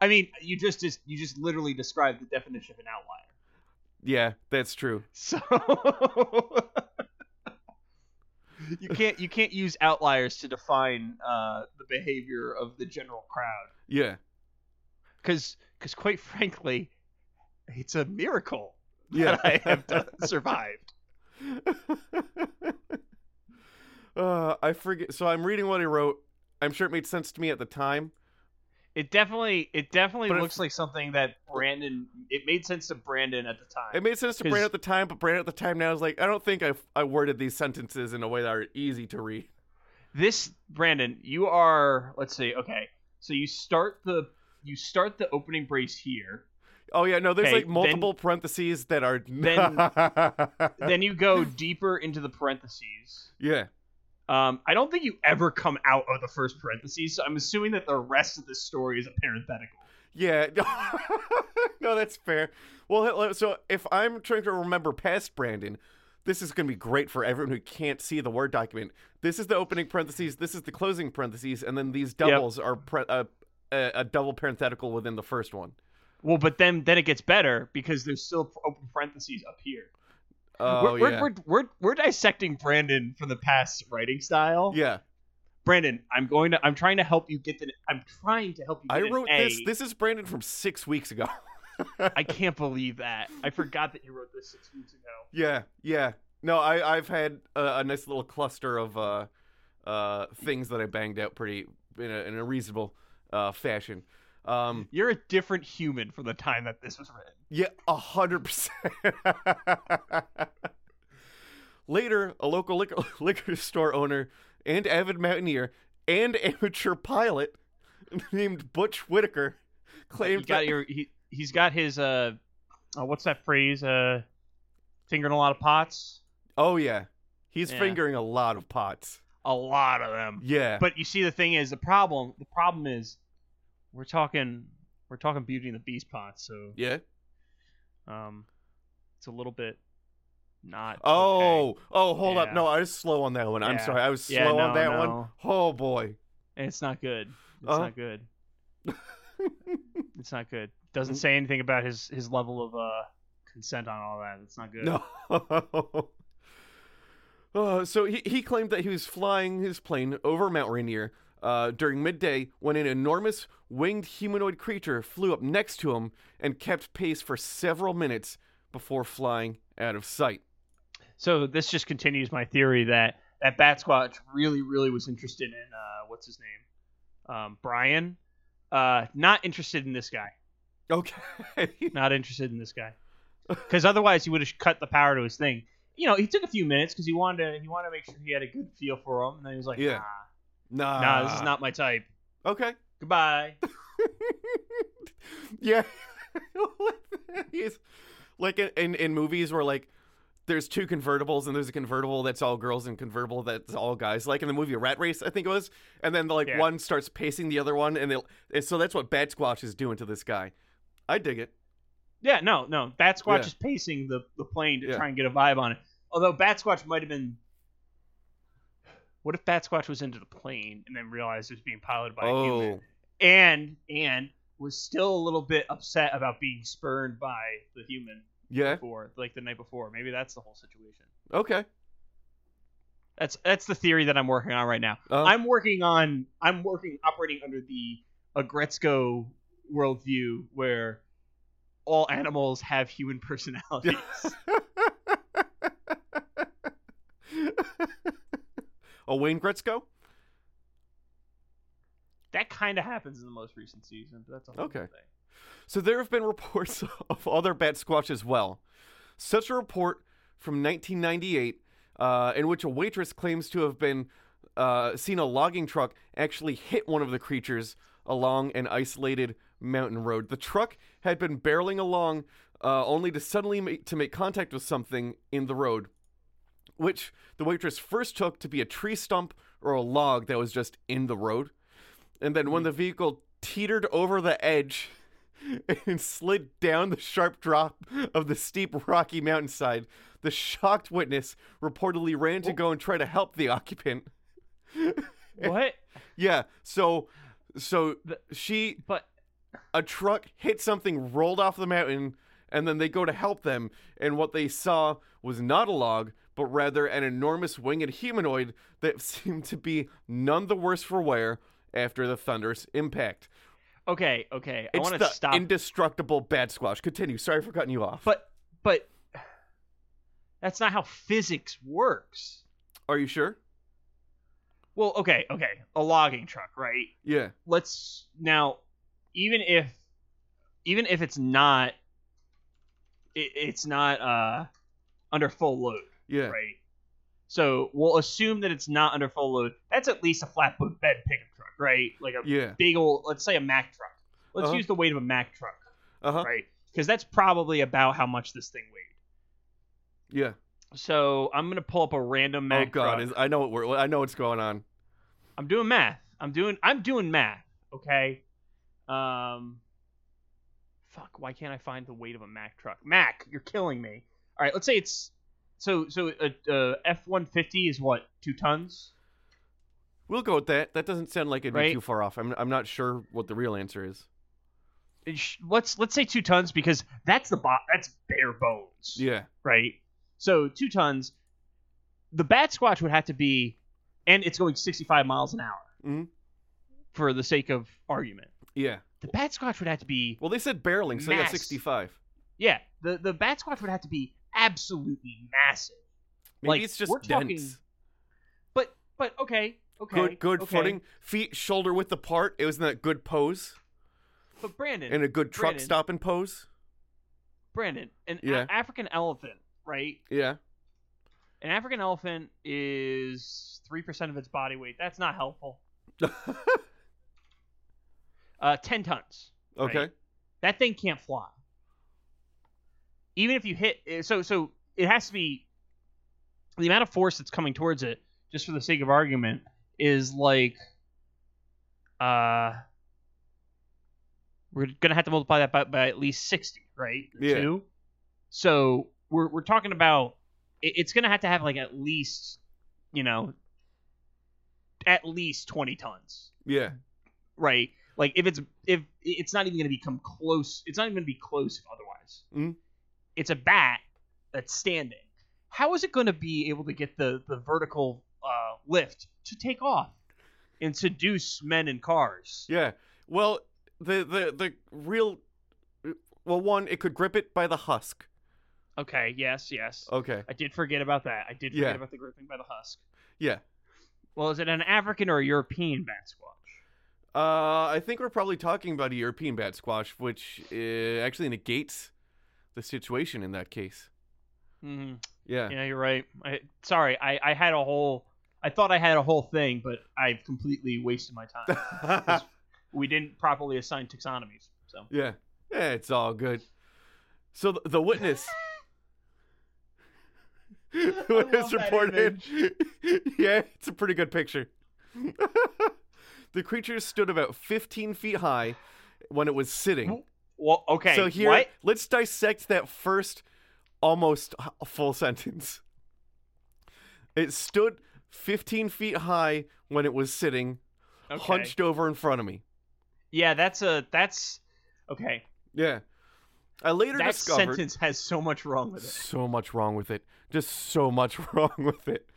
[SPEAKER 1] I mean, you just, just, you just literally described the definition of an outlier.
[SPEAKER 2] Yeah, that's true.
[SPEAKER 1] So you can't you can't use outliers to define uh, the behavior of the general crowd
[SPEAKER 2] Yeah.
[SPEAKER 1] because because quite frankly, it's a miracle
[SPEAKER 2] Yeah.
[SPEAKER 1] that I have done, survived.
[SPEAKER 2] uh, I forget. So I'm reading what he wrote. I'm sure it made sense to me at the time.
[SPEAKER 1] It definitely it definitely
[SPEAKER 2] But it-
[SPEAKER 1] looks like something that Brandon it made sense to Brandon at the time.
[SPEAKER 2] It made sense to
[SPEAKER 1] 'Cause-
[SPEAKER 2] Brand at the time, but Brand at the time now is like, I don't think I I worded these sentences in a way that are easy to read.
[SPEAKER 1] this brandon you are let's see okay so you start the you start the opening brace here
[SPEAKER 2] Oh yeah, no, there's
[SPEAKER 1] Okay,
[SPEAKER 2] like multiple parentheses that are then
[SPEAKER 1] then you go deeper into the parentheses
[SPEAKER 2] yeah.
[SPEAKER 1] um, i don't think you ever come out of the first parentheses so i'm assuming that the rest of this story is a parenthetical
[SPEAKER 2] Yeah. no, that's fair. Well, let- let- so if I'm trying to remember past Brandon, this is going to be great for everyone who can't see the Word document. This is the opening parentheses, this is the closing parentheses, and then these doubles are pre- uh, a, a double parenthetical within the first one.
[SPEAKER 1] well but then then it gets better because there's still open parentheses up here
[SPEAKER 2] Oh,
[SPEAKER 1] we're, we're,
[SPEAKER 2] yeah.
[SPEAKER 1] we're, we're, we're dissecting brandon from the past writing style
[SPEAKER 2] yeah.
[SPEAKER 1] brandon i'm going to i'm trying to help you get the i'm trying to help you
[SPEAKER 2] I
[SPEAKER 1] get an
[SPEAKER 2] wrote
[SPEAKER 1] A.
[SPEAKER 2] this. This is Brandon from six weeks ago.
[SPEAKER 1] I can't believe that. I forgot that you wrote this six weeks ago.
[SPEAKER 2] yeah. Yeah. No, I, I've had a, a nice little cluster of uh, uh, things that I banged out pretty in a, in a reasonable uh, fashion. Um,
[SPEAKER 1] You're a different human from the time that this was written.
[SPEAKER 2] Yeah, a hundred percent. Later, a local liquor, liquor store owner and avid mountaineer and amateur pilot named Butch Whitaker
[SPEAKER 1] He
[SPEAKER 2] claimed
[SPEAKER 1] got
[SPEAKER 2] that,
[SPEAKER 1] your, he, he's got his uh, uh what's that phrase? Uh finger in a lot of pots.
[SPEAKER 2] oh yeah, he's
[SPEAKER 1] Yeah.
[SPEAKER 2] fingering a lot of pots.
[SPEAKER 1] A lot of them.
[SPEAKER 2] Yeah,
[SPEAKER 1] But you see the thing is the problem the problem is we're talking we're talking beauty and the beast pots, so
[SPEAKER 2] yeah.
[SPEAKER 1] um it's a little bit not
[SPEAKER 2] Oh,
[SPEAKER 1] okay.
[SPEAKER 2] oh, hold up.
[SPEAKER 1] Yeah.
[SPEAKER 2] No, I was slow on that one. I'm
[SPEAKER 1] Yeah.
[SPEAKER 2] sorry, I was slow
[SPEAKER 1] Yeah,
[SPEAKER 2] on
[SPEAKER 1] no,
[SPEAKER 2] that one.
[SPEAKER 1] no.
[SPEAKER 2] Oh boy.
[SPEAKER 1] And it's not good. It's
[SPEAKER 2] Uh-huh.
[SPEAKER 1] not good. it's not good. Doesn't
[SPEAKER 2] Mm.
[SPEAKER 1] say anything about his his level of uh consent on all that. It's not good.
[SPEAKER 2] No. Uh, so he, he claimed that he was flying his plane over Mount Rainier uh, during midday when an enormous winged humanoid creature flew up next to him and kept pace for several minutes before flying out of sight.
[SPEAKER 1] So this just continues my theory that that Bat Squatch really really was interested in uh what's his name? Um Brian. Uh not interested in this guy.
[SPEAKER 2] Okay.
[SPEAKER 1] Not interested in this guy. because otherwise he would have cut the power to his thing. You know, he took a few minutes because he wanted to he wanted to make sure he had a good feel for him, and then he was like,
[SPEAKER 2] Yeah. Uh,
[SPEAKER 1] nah,
[SPEAKER 2] Nah.
[SPEAKER 1] nah, this is not my type.
[SPEAKER 2] Okay.
[SPEAKER 1] Goodbye.
[SPEAKER 2] Yeah. He's like in, in in movies where like there's two convertibles and there's a convertible that's all girls and convertible that's all guys. Like in the movie Rat Race, I think it was. And then like
[SPEAKER 1] Yeah.
[SPEAKER 2] one starts pacing the other one, and they and so that's what Bad Squatch is doing to this guy. I dig it.
[SPEAKER 1] Yeah, no, no. Bat Squatch
[SPEAKER 2] Yeah.
[SPEAKER 1] is pacing the, the plane to
[SPEAKER 2] Yeah.
[SPEAKER 1] try and get a vibe on it. Although Bat Squatch might have been. What if Bat Squatch was into the plane and then realized it was being piloted by a human
[SPEAKER 2] Oh,
[SPEAKER 1] and and was still a little bit upset about being spurned by the human
[SPEAKER 2] yeah.
[SPEAKER 1] before, like the night before? Maybe that's the whole situation.
[SPEAKER 2] Okay.
[SPEAKER 1] That's that's the theory that I'm working on right now.
[SPEAKER 2] Uh,
[SPEAKER 1] I'm working on I'm working operating under the Agretzko worldview where all animals have human personalities.
[SPEAKER 2] oh, Wayne Gretzko.
[SPEAKER 1] that kind of happens in the most recent season, but that's a whole
[SPEAKER 2] Okay.
[SPEAKER 1] other thing.
[SPEAKER 2] So there have been reports of other bat squatch as well. Such a report from 1998, uh, in which a waitress claims to have been uh, seen a logging truck actually hit one of the creatures along an isolated mountain road. The truck had been barreling along, uh, only to suddenly ma- to make contact with something in the road, which the waitress first took to be a tree stump or a log that was just in the road. And then when the vehicle teetered over the edge and slid down the sharp drop of the steep rocky mountainside, the shocked witness reportedly ran to go and try to help the occupant.
[SPEAKER 1] What?
[SPEAKER 2] Yeah, so so she
[SPEAKER 1] But
[SPEAKER 2] a truck hit something, rolled off the mountain, and then they go to help them. And what they saw was not a log, but rather an enormous winged humanoid that seemed to be none the worse for wear after the thunderous impact.
[SPEAKER 1] okay, okay. I
[SPEAKER 2] It's
[SPEAKER 1] want
[SPEAKER 2] the
[SPEAKER 1] to stop.
[SPEAKER 2] indestructible bat squash. Continue. Sorry for cutting you off.
[SPEAKER 1] but but that's not how physics works.
[SPEAKER 2] Are you sure?
[SPEAKER 1] Well, okay, okay. A logging truck, right?
[SPEAKER 2] Yeah.
[SPEAKER 1] let's now even if even if it's not it, it's not uh under full load
[SPEAKER 2] Yeah.
[SPEAKER 1] right so we'll assume that it's not under full load that's at least a flatbed bed pickup truck right like a
[SPEAKER 2] Yeah.
[SPEAKER 1] big old let's say a mac truck let's
[SPEAKER 2] Uh-huh.
[SPEAKER 1] use the weight of a mac truck
[SPEAKER 2] Uh huh.
[SPEAKER 1] right because that's probably about how much this thing weighed
[SPEAKER 2] Yeah.
[SPEAKER 1] so i'm gonna pull up a random mac
[SPEAKER 2] oh God!
[SPEAKER 1] truck.
[SPEAKER 2] Is, I know what we're. I know what's going on.
[SPEAKER 1] I'm doing math. I'm doing I'm doing math. Okay. Um. Fuck. Why can't I find the weight of a Mack truck? Mac, you're killing me. All right. Let's say it's so so a, a F one fifty is what two tons.
[SPEAKER 2] We'll go with that. That doesn't sound like it'd
[SPEAKER 1] Right.
[SPEAKER 2] be too far off. I'm. I'm not sure what the real answer is.
[SPEAKER 1] Ish- Let's let's say two tons because that's the bot. That's bare bones.
[SPEAKER 2] Yeah.
[SPEAKER 1] Right. So two tons. The bat squatch would have to be, and it's going sixty five miles an hour.
[SPEAKER 2] Mhm.
[SPEAKER 1] For the sake of argument,
[SPEAKER 2] Yeah.
[SPEAKER 1] the bat squatch would have to be
[SPEAKER 2] Well, they said barreling, so they got
[SPEAKER 1] Mass.
[SPEAKER 2] 65.
[SPEAKER 1] Yeah, the the bat squatch would have to be absolutely massive.
[SPEAKER 2] Maybe
[SPEAKER 1] Like,
[SPEAKER 2] it's just
[SPEAKER 1] we're
[SPEAKER 2] dense.
[SPEAKER 1] talking- But but okay, okay,
[SPEAKER 2] good, good
[SPEAKER 1] okay.
[SPEAKER 2] footing, feet shoulder width apart. It was in that good pose,
[SPEAKER 1] But Brandon
[SPEAKER 2] in a good truck
[SPEAKER 1] Brandon,
[SPEAKER 2] stopping pose.
[SPEAKER 1] Brandon, an a-
[SPEAKER 2] Yeah.
[SPEAKER 1] African elephant, right?
[SPEAKER 2] Yeah.
[SPEAKER 1] An African elephant is three percent of its body weight. That's not helpful. uh, ten tons.
[SPEAKER 2] Okay.
[SPEAKER 1] Right. That thing can't fly. Even if you hit, eh, so so it has to be the amount of force that's coming towards it. Just for the sake of argument, is like, uh, we're gonna have to multiply that by, by at least sixty, right?
[SPEAKER 2] Yeah.
[SPEAKER 1] Two. So we're we're talking about it, it's gonna have to have like at least, you know, at least twenty tons
[SPEAKER 2] Yeah.
[SPEAKER 1] right? Like if it's if it's not even going to become close, it's not even going to be close otherwise.
[SPEAKER 2] Mhm.
[SPEAKER 1] It's a bat that's standing. How is it going to be able to get the the vertical uh, lift to take off and seduce men in cars?
[SPEAKER 2] Yeah. Well, the the the real. uh, Well, one, it could grip it by the husk.
[SPEAKER 1] Okay. Yes. Yes.
[SPEAKER 2] Okay.
[SPEAKER 1] I did forget about that. I did forget
[SPEAKER 2] Oh. Yeah.
[SPEAKER 1] about the gripping by the husk.
[SPEAKER 2] Yeah.
[SPEAKER 1] Well, is it an African or a European bat squatch?
[SPEAKER 2] Uh, I think we're probably talking about a European bat squash, which uh, actually negates the situation in that case.
[SPEAKER 1] hmm
[SPEAKER 2] Yeah.
[SPEAKER 1] Yeah, you're right. I, sorry, I, I had a whole. I thought I had a whole thing, but I've completely wasted my time. 'Cause we didn't properly assign taxonomies. So
[SPEAKER 2] Yeah. Yeah, it's all good. So th- the witness. the witness
[SPEAKER 1] that
[SPEAKER 2] reported. yeah, it's a pretty good picture. the creature stood about 15 feet high when it was sitting.
[SPEAKER 1] well, okay.
[SPEAKER 2] so here,
[SPEAKER 1] what?
[SPEAKER 2] let's dissect that first almost h- full sentence. It stood 15 feet high when it was sitting,
[SPEAKER 1] Okay.
[SPEAKER 2] hunched over in front of me.
[SPEAKER 1] Yeah, that's a that's okay.
[SPEAKER 2] Yeah. I later
[SPEAKER 1] That
[SPEAKER 2] discovered.
[SPEAKER 1] sentence has so much wrong with it.
[SPEAKER 2] So much wrong with it. Just so much wrong with it.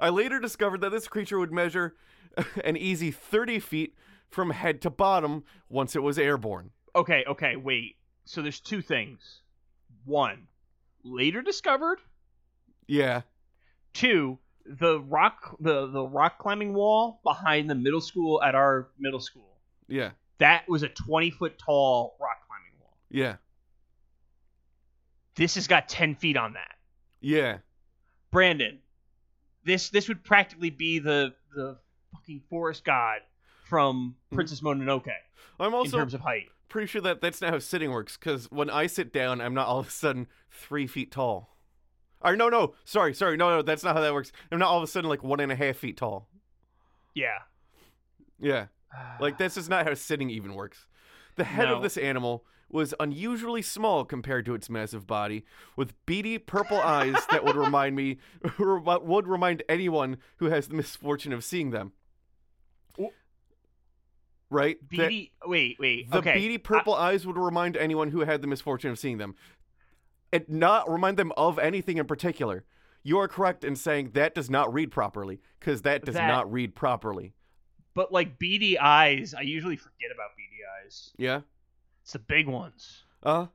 [SPEAKER 2] I later discovered that this creature would measure an easy 30 feet from head to bottom once it was airborne.
[SPEAKER 1] Okay, okay, wait. So there's two things. One, later discovered.
[SPEAKER 2] Yeah.
[SPEAKER 1] Two, the rock the the rock climbing wall behind the middle school at our middle school.
[SPEAKER 2] Yeah.
[SPEAKER 1] That was a 20 foot tall rock climbing wall.
[SPEAKER 2] Yeah.
[SPEAKER 1] This has got 10 feet on that.
[SPEAKER 2] Yeah.
[SPEAKER 1] Brandon, this this would practically be the the fucking forest god from Princess Mononoke
[SPEAKER 2] I'm
[SPEAKER 1] in
[SPEAKER 2] Mm-hmm. also
[SPEAKER 1] terms of height.
[SPEAKER 2] pretty sure that that's not how sitting works because when I sit down, I'm not all of a sudden three feet tall. Or no, no. Sorry, sorry. No, no. That's not how that works. I'm not all of a sudden like one and a half feet tall.
[SPEAKER 1] Yeah.
[SPEAKER 2] Yeah. Like this is not how sitting even works. The head
[SPEAKER 1] No.
[SPEAKER 2] of this animal was unusually small compared to its massive body, with beady purple eyes that would remind me would remind anyone who has the misfortune of seeing them. Right? That-
[SPEAKER 1] Beady. wait, wait.
[SPEAKER 2] the
[SPEAKER 1] okay.
[SPEAKER 2] beady purple eyes would remind anyone who had the misfortune of seeing them. It not remind them of anything in particular. You are correct in saying that does not read properly, because that does
[SPEAKER 1] That-
[SPEAKER 2] not read properly.
[SPEAKER 1] But like beady eyes, I usually forget about beady eyes.
[SPEAKER 2] Yeah?
[SPEAKER 1] It's the big ones,
[SPEAKER 2] Uh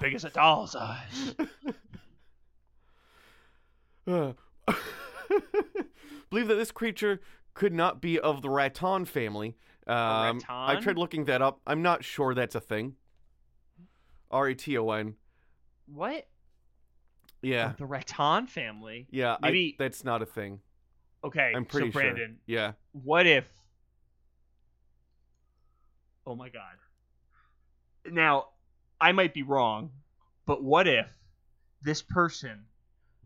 [SPEAKER 1] big as a doll's eyes.
[SPEAKER 2] Uh. Believe that this creature could not be of the raton family. Um, I
[SPEAKER 1] raton?
[SPEAKER 2] tried looking that up. I'm not sure that's a thing. R e t o n.
[SPEAKER 1] What?
[SPEAKER 2] Yeah,
[SPEAKER 1] The Raton family.
[SPEAKER 2] yeah. I-
[SPEAKER 1] Maybe-
[SPEAKER 2] that's not a thing.
[SPEAKER 1] Okay.
[SPEAKER 2] I'm pretty
[SPEAKER 1] so Brandon,
[SPEAKER 2] sure. Yeah.
[SPEAKER 1] what if? Oh my God. Now, I might be wrong, but what if this person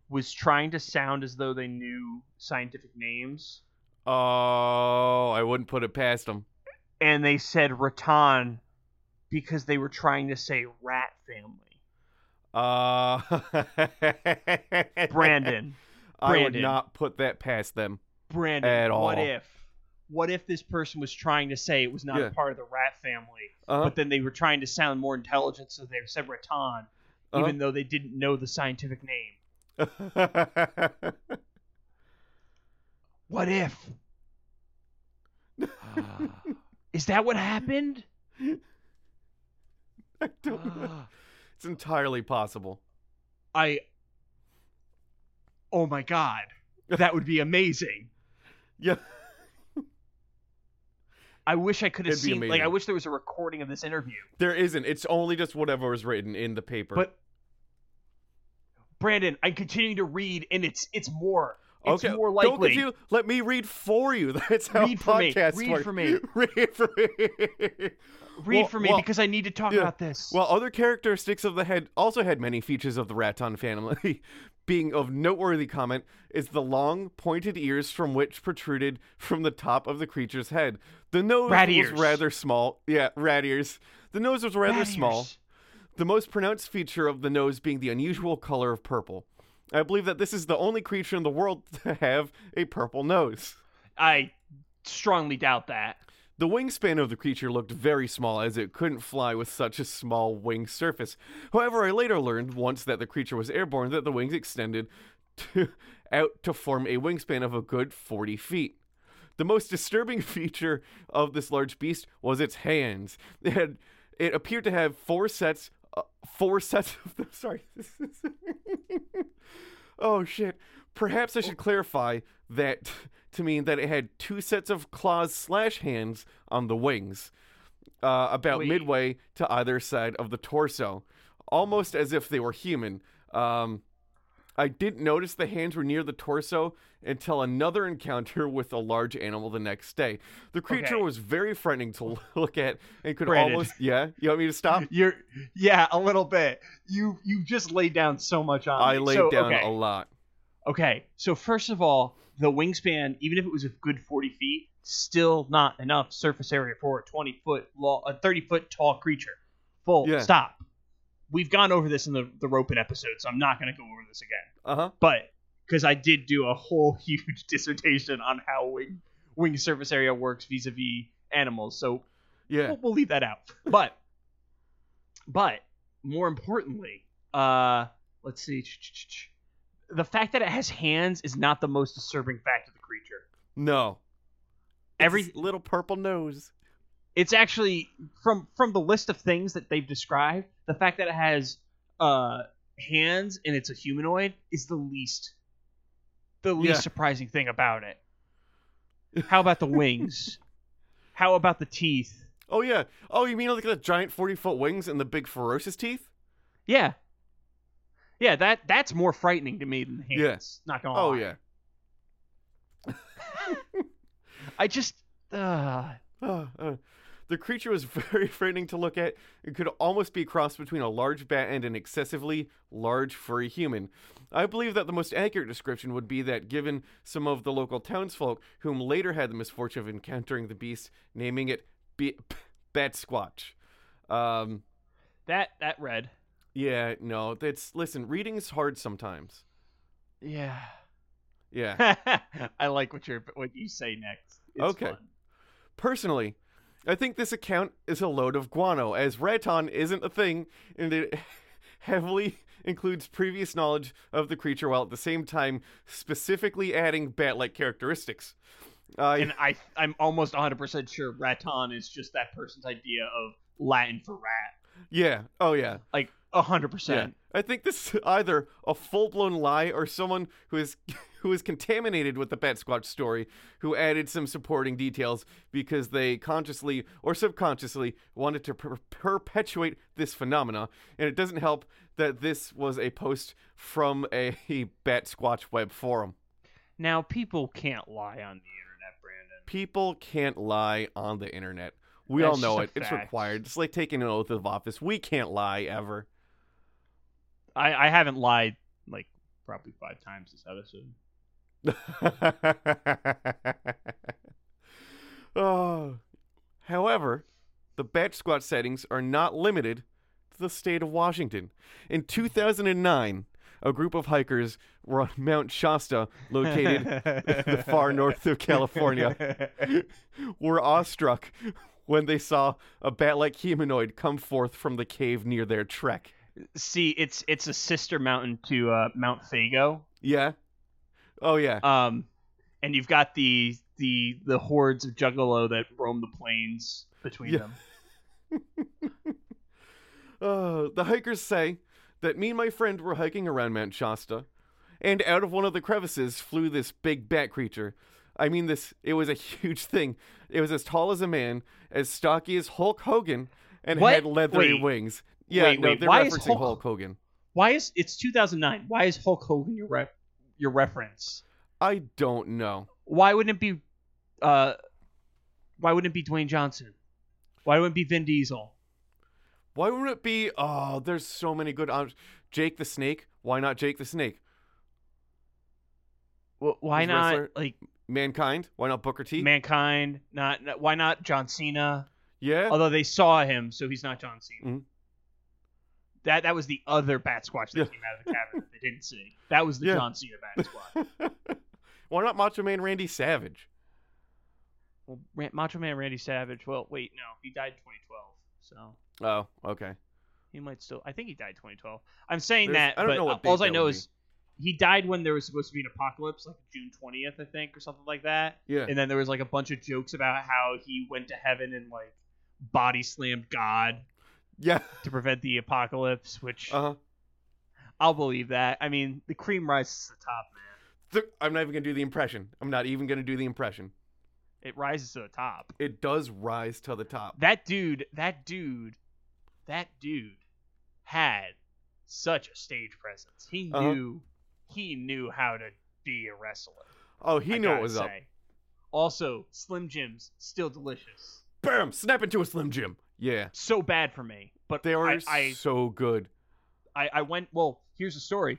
[SPEAKER 1] was trying to sound as though they knew scientific names
[SPEAKER 2] Oh, I wouldn't put it past him.
[SPEAKER 1] and they said Raton because they were trying to say rat family?
[SPEAKER 2] Uh,
[SPEAKER 1] Brandon.
[SPEAKER 2] I would
[SPEAKER 1] Brandon.
[SPEAKER 2] not put that past them.
[SPEAKER 1] Brandon,
[SPEAKER 2] At
[SPEAKER 1] what
[SPEAKER 2] all.
[SPEAKER 1] if? What if this person was trying to say it was not
[SPEAKER 2] Yeah.
[SPEAKER 1] a part of the rat family,
[SPEAKER 2] Uh-huh.
[SPEAKER 1] but then they were trying to sound more intelligent, so they said raton,
[SPEAKER 2] Uh-huh.
[SPEAKER 1] even though they didn't know the scientific name? What if? Is that what happened?
[SPEAKER 2] I don't
[SPEAKER 1] Ah.
[SPEAKER 2] know. It's entirely possible.
[SPEAKER 1] I. Oh my god. That would be amazing.
[SPEAKER 2] Yeah.
[SPEAKER 1] I wish I could have
[SPEAKER 2] It'd be
[SPEAKER 1] seen. Like, I
[SPEAKER 2] amazing.
[SPEAKER 1] wish there was a recording of this interview.
[SPEAKER 2] There isn't. It's only just whatever was written in the paper.
[SPEAKER 1] But Brandon, I'm continuing to read, and it's it's more. It's
[SPEAKER 2] okay,
[SPEAKER 1] more
[SPEAKER 2] Don't
[SPEAKER 1] likely.
[SPEAKER 2] continue. Let me read for you. That's how
[SPEAKER 1] Read for me.
[SPEAKER 2] podcasts
[SPEAKER 1] Read
[SPEAKER 2] work.
[SPEAKER 1] for me.
[SPEAKER 2] read for me.
[SPEAKER 1] Read
[SPEAKER 2] Well-
[SPEAKER 1] for me
[SPEAKER 2] well,
[SPEAKER 1] because I need to talk
[SPEAKER 2] yeah.
[SPEAKER 1] about this.
[SPEAKER 2] While other characteristics of the head also had many features of the raton family, being of noteworthy comment is the long, pointed ears from which protruded from the top of the creature's head. The nose
[SPEAKER 1] Rat
[SPEAKER 2] was
[SPEAKER 1] ears.
[SPEAKER 2] rather small. Yeah, rat ears. The nose was rather
[SPEAKER 1] Rat
[SPEAKER 2] small.
[SPEAKER 1] ears.
[SPEAKER 2] The most pronounced feature of the nose being the unusual color of purple. I believe that this is the only creature in the world to have a purple nose.
[SPEAKER 1] I strongly doubt that.
[SPEAKER 2] The wingspan of the creature looked very small as it couldn't fly with such a small wing surface. However, I later learned once that the creature was airborne that the wings extended to, out to form a wingspan of a good 40 feet. The most disturbing feature of this large beast was its hands. It, had, it appeared to have four sets, uh, four sets of them. Sorry. this is- oh shit. Perhaps I should clarify that to mean that it had two sets of claws slash hands on the wings, uh, about
[SPEAKER 1] Wait.
[SPEAKER 2] midway to either side of the torso. almost as if they were human. Um, I didn't notice the hands were near the torso until another encounter with a large animal the next day. The creature
[SPEAKER 1] Okay.
[SPEAKER 2] was very frightening to look at and could
[SPEAKER 1] Brandon.
[SPEAKER 2] almost. Yeah, you want me to stop?
[SPEAKER 1] You're yeah, a little bit. You you just laid down so much on.
[SPEAKER 2] I
[SPEAKER 1] me.
[SPEAKER 2] laid
[SPEAKER 1] So,
[SPEAKER 2] down
[SPEAKER 1] okay.
[SPEAKER 2] a lot.
[SPEAKER 1] Okay, so first of all, the wingspan, even if it was a good 40 feet, still not enough surface area for a 20 foot long, a 30 foot tall creature. Full
[SPEAKER 2] Yeah.
[SPEAKER 1] stop. We've gone over this in the the roping episode, so I'm not going to go over this again.
[SPEAKER 2] Uh huh.
[SPEAKER 1] But because I did do a whole huge dissertation on how wing wing surface area works vis-a-vis animals, so
[SPEAKER 2] Yeah.
[SPEAKER 1] we'll, we'll leave that out. But but more importantly, uh let's see. Ch-ch-ch-ch. The fact that it has hands is not the most disturbing fact of the creature.
[SPEAKER 2] No.
[SPEAKER 1] Every
[SPEAKER 2] It's this little purple nose.
[SPEAKER 1] it's actually from from the list of things that they've described, the fact that it has uh hands and it's a humanoid is the least the least
[SPEAKER 2] Yeah.
[SPEAKER 1] surprising thing about it. How about the wings? How about the teeth?
[SPEAKER 2] Oh yeah. Oh, you mean like the giant forty foot wings and the big ferocious teeth?
[SPEAKER 1] Yeah. Yeah, that that's more frightening to me than the hands. Not gonna
[SPEAKER 2] Oh
[SPEAKER 1] lie.
[SPEAKER 2] yeah.
[SPEAKER 1] I just uh
[SPEAKER 2] Uh, uh. The creature was very frightening to look at. It could almost be crossed between a large bat and an excessively large furry human. I believe that the most accurate description would be that given some of the local townsfolk, whom later had the misfortune of encountering the beast, naming it B- Bat Squatch. Um,
[SPEAKER 1] that that red.
[SPEAKER 2] yeah, no, that's listen. Reading's hard sometimes.
[SPEAKER 1] Yeah.
[SPEAKER 2] Yeah.
[SPEAKER 1] I like what you're what you say next. It's
[SPEAKER 2] Okay.
[SPEAKER 1] fun.
[SPEAKER 2] Personally, I think this account is a load of guano, as Raton isn't a thing, and it heavily includes previous knowledge of the creature while at the same time specifically adding bat like characteristics. Uh, I
[SPEAKER 1] And I I'm almost 100% sure raton is just that person's idea of Latin for rat.
[SPEAKER 2] yeah, oh yeah.
[SPEAKER 1] Like 100%.
[SPEAKER 2] Yeah. I think this is either a full blown lie or someone who is who is contaminated with the Bat Squatch story who added some supporting details because they consciously or subconsciously wanted to per- perpetuate this phenomena. And it doesn't help that this was a post from a, Bat Squatch web forum.
[SPEAKER 1] Now people can't lie on the internet, Brandon.
[SPEAKER 2] People can't lie on the internet. We
[SPEAKER 1] That's
[SPEAKER 2] all know it.
[SPEAKER 1] just a
[SPEAKER 2] It's
[SPEAKER 1] fact.
[SPEAKER 2] required. It's like taking an oath of office. We can't lie ever.
[SPEAKER 1] I I haven't lied like probably 5 times this episode.
[SPEAKER 2] oh. However, the batch squat settings are not limited to the state of Washington. In 2009, a group of hikers were on Mount Shasta, located the far north of California, were awestruck when they saw a bat-like humanoid come forth from the cave near their trek.
[SPEAKER 1] See, it's it's a sister mountain to uh, Mount Fago.
[SPEAKER 2] Yeah. Oh yeah.
[SPEAKER 1] Um, and you've got the the the hordes of Juggalo that roam the plains between
[SPEAKER 2] Yeah.
[SPEAKER 1] them.
[SPEAKER 2] Uh, the hikers say that me and my friend were hiking around Mount Shasta, and out of one of the crevices flew this big bat creature. I mean, this it was a huge thing. It was as tall as a man, as stocky as Hulk Hogan, and
[SPEAKER 1] What?
[SPEAKER 2] had leathery
[SPEAKER 1] Wait.
[SPEAKER 2] wings. Yeah,
[SPEAKER 1] Wait,
[SPEAKER 2] no,
[SPEAKER 1] wait,
[SPEAKER 2] they're
[SPEAKER 1] why is
[SPEAKER 2] referencing
[SPEAKER 1] Hulk-
[SPEAKER 2] Hulk Hogan.
[SPEAKER 1] Why is it's 2009? Why is Hulk Hogan your ref, your reference?
[SPEAKER 2] I don't know.
[SPEAKER 1] Why wouldn't it be uh, why wouldn't it be Dwayne Johnson? Why wouldn't it be Vin Diesel?
[SPEAKER 2] Why would it be? Oh, there's so many good options. Jake the Snake. Why not Jake the Snake?
[SPEAKER 1] Wh- Why
[SPEAKER 2] His
[SPEAKER 1] not
[SPEAKER 2] wrestler-
[SPEAKER 1] like
[SPEAKER 2] Mankind. Why not Booker T?
[SPEAKER 1] mankind? Not, not why not John Cena?
[SPEAKER 2] yeah.
[SPEAKER 1] Although they saw him, so he's not John Cena.
[SPEAKER 2] Mhm.
[SPEAKER 1] That that was the other bat squatch that
[SPEAKER 2] Yeah.
[SPEAKER 1] came out of the cabin that they didn't see. That was the
[SPEAKER 2] Yeah.
[SPEAKER 1] John Cena bat squatch.
[SPEAKER 2] Why not Macho Man Randy Savage?
[SPEAKER 1] well, Ran- Macho Man Randy Savage. Well, wait, no, he died in 2012, so
[SPEAKER 2] Oh, okay.
[SPEAKER 1] he might still. I think he died in 2012. I'm saying
[SPEAKER 2] There's-
[SPEAKER 1] that,
[SPEAKER 2] I don't know
[SPEAKER 1] but
[SPEAKER 2] what
[SPEAKER 1] all
[SPEAKER 2] date
[SPEAKER 1] I
[SPEAKER 2] that
[SPEAKER 1] know
[SPEAKER 2] would
[SPEAKER 1] is he died when there was supposed to be an apocalypse, like June 20th, I think, or something like that.
[SPEAKER 2] Yeah.
[SPEAKER 1] And then there was like a bunch of jokes about how he went to heaven and like body slammed God
[SPEAKER 2] Yeah.
[SPEAKER 1] to prevent the apocalypse, which
[SPEAKER 2] Uh huh.
[SPEAKER 1] I'll believe that. I mean, the cream rises to the top, man.
[SPEAKER 2] I'm not even gonna do the impression. I'm not even gonna do the impression.
[SPEAKER 1] It rises to the top.
[SPEAKER 2] It does rise to the top.
[SPEAKER 1] That dude, that dude, that dude had such a stage presence. He
[SPEAKER 2] Uh-huh.
[SPEAKER 1] knew he knew how to be a wrestler.
[SPEAKER 2] Oh, he
[SPEAKER 1] I
[SPEAKER 2] knew
[SPEAKER 1] gotta
[SPEAKER 2] it was up.
[SPEAKER 1] say. Also, Slim Jims still delicious.
[SPEAKER 2] Bam! Snap into a Slim Jim. Yeah.
[SPEAKER 1] So bad for me, but
[SPEAKER 2] They
[SPEAKER 1] I,
[SPEAKER 2] were
[SPEAKER 1] I
[SPEAKER 2] so good.
[SPEAKER 1] I, I went well here's the story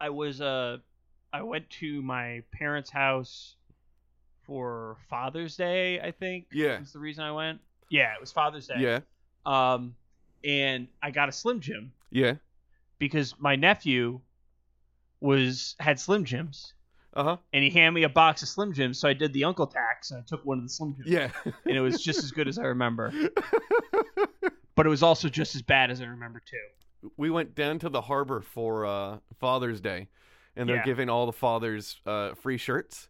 [SPEAKER 1] i was uh i went to my parents house for father's day i think
[SPEAKER 2] Yeah.
[SPEAKER 1] is the reason i went yeah it was father's day
[SPEAKER 2] Yeah.
[SPEAKER 1] um and i got a slim jim
[SPEAKER 2] Yeah.
[SPEAKER 1] because my nephew was had slim jims
[SPEAKER 2] Uh huh.
[SPEAKER 1] and he handed me a box of slim jims so i did the uncle tax and i took one of the slim jims
[SPEAKER 2] Yeah.
[SPEAKER 1] and it was just as good as i remember but it was also just as bad as i remember too
[SPEAKER 2] we went down to the harbor for uh, Father's Day, and they're
[SPEAKER 1] Yeah.
[SPEAKER 2] giving all the fathers uh, free shirts.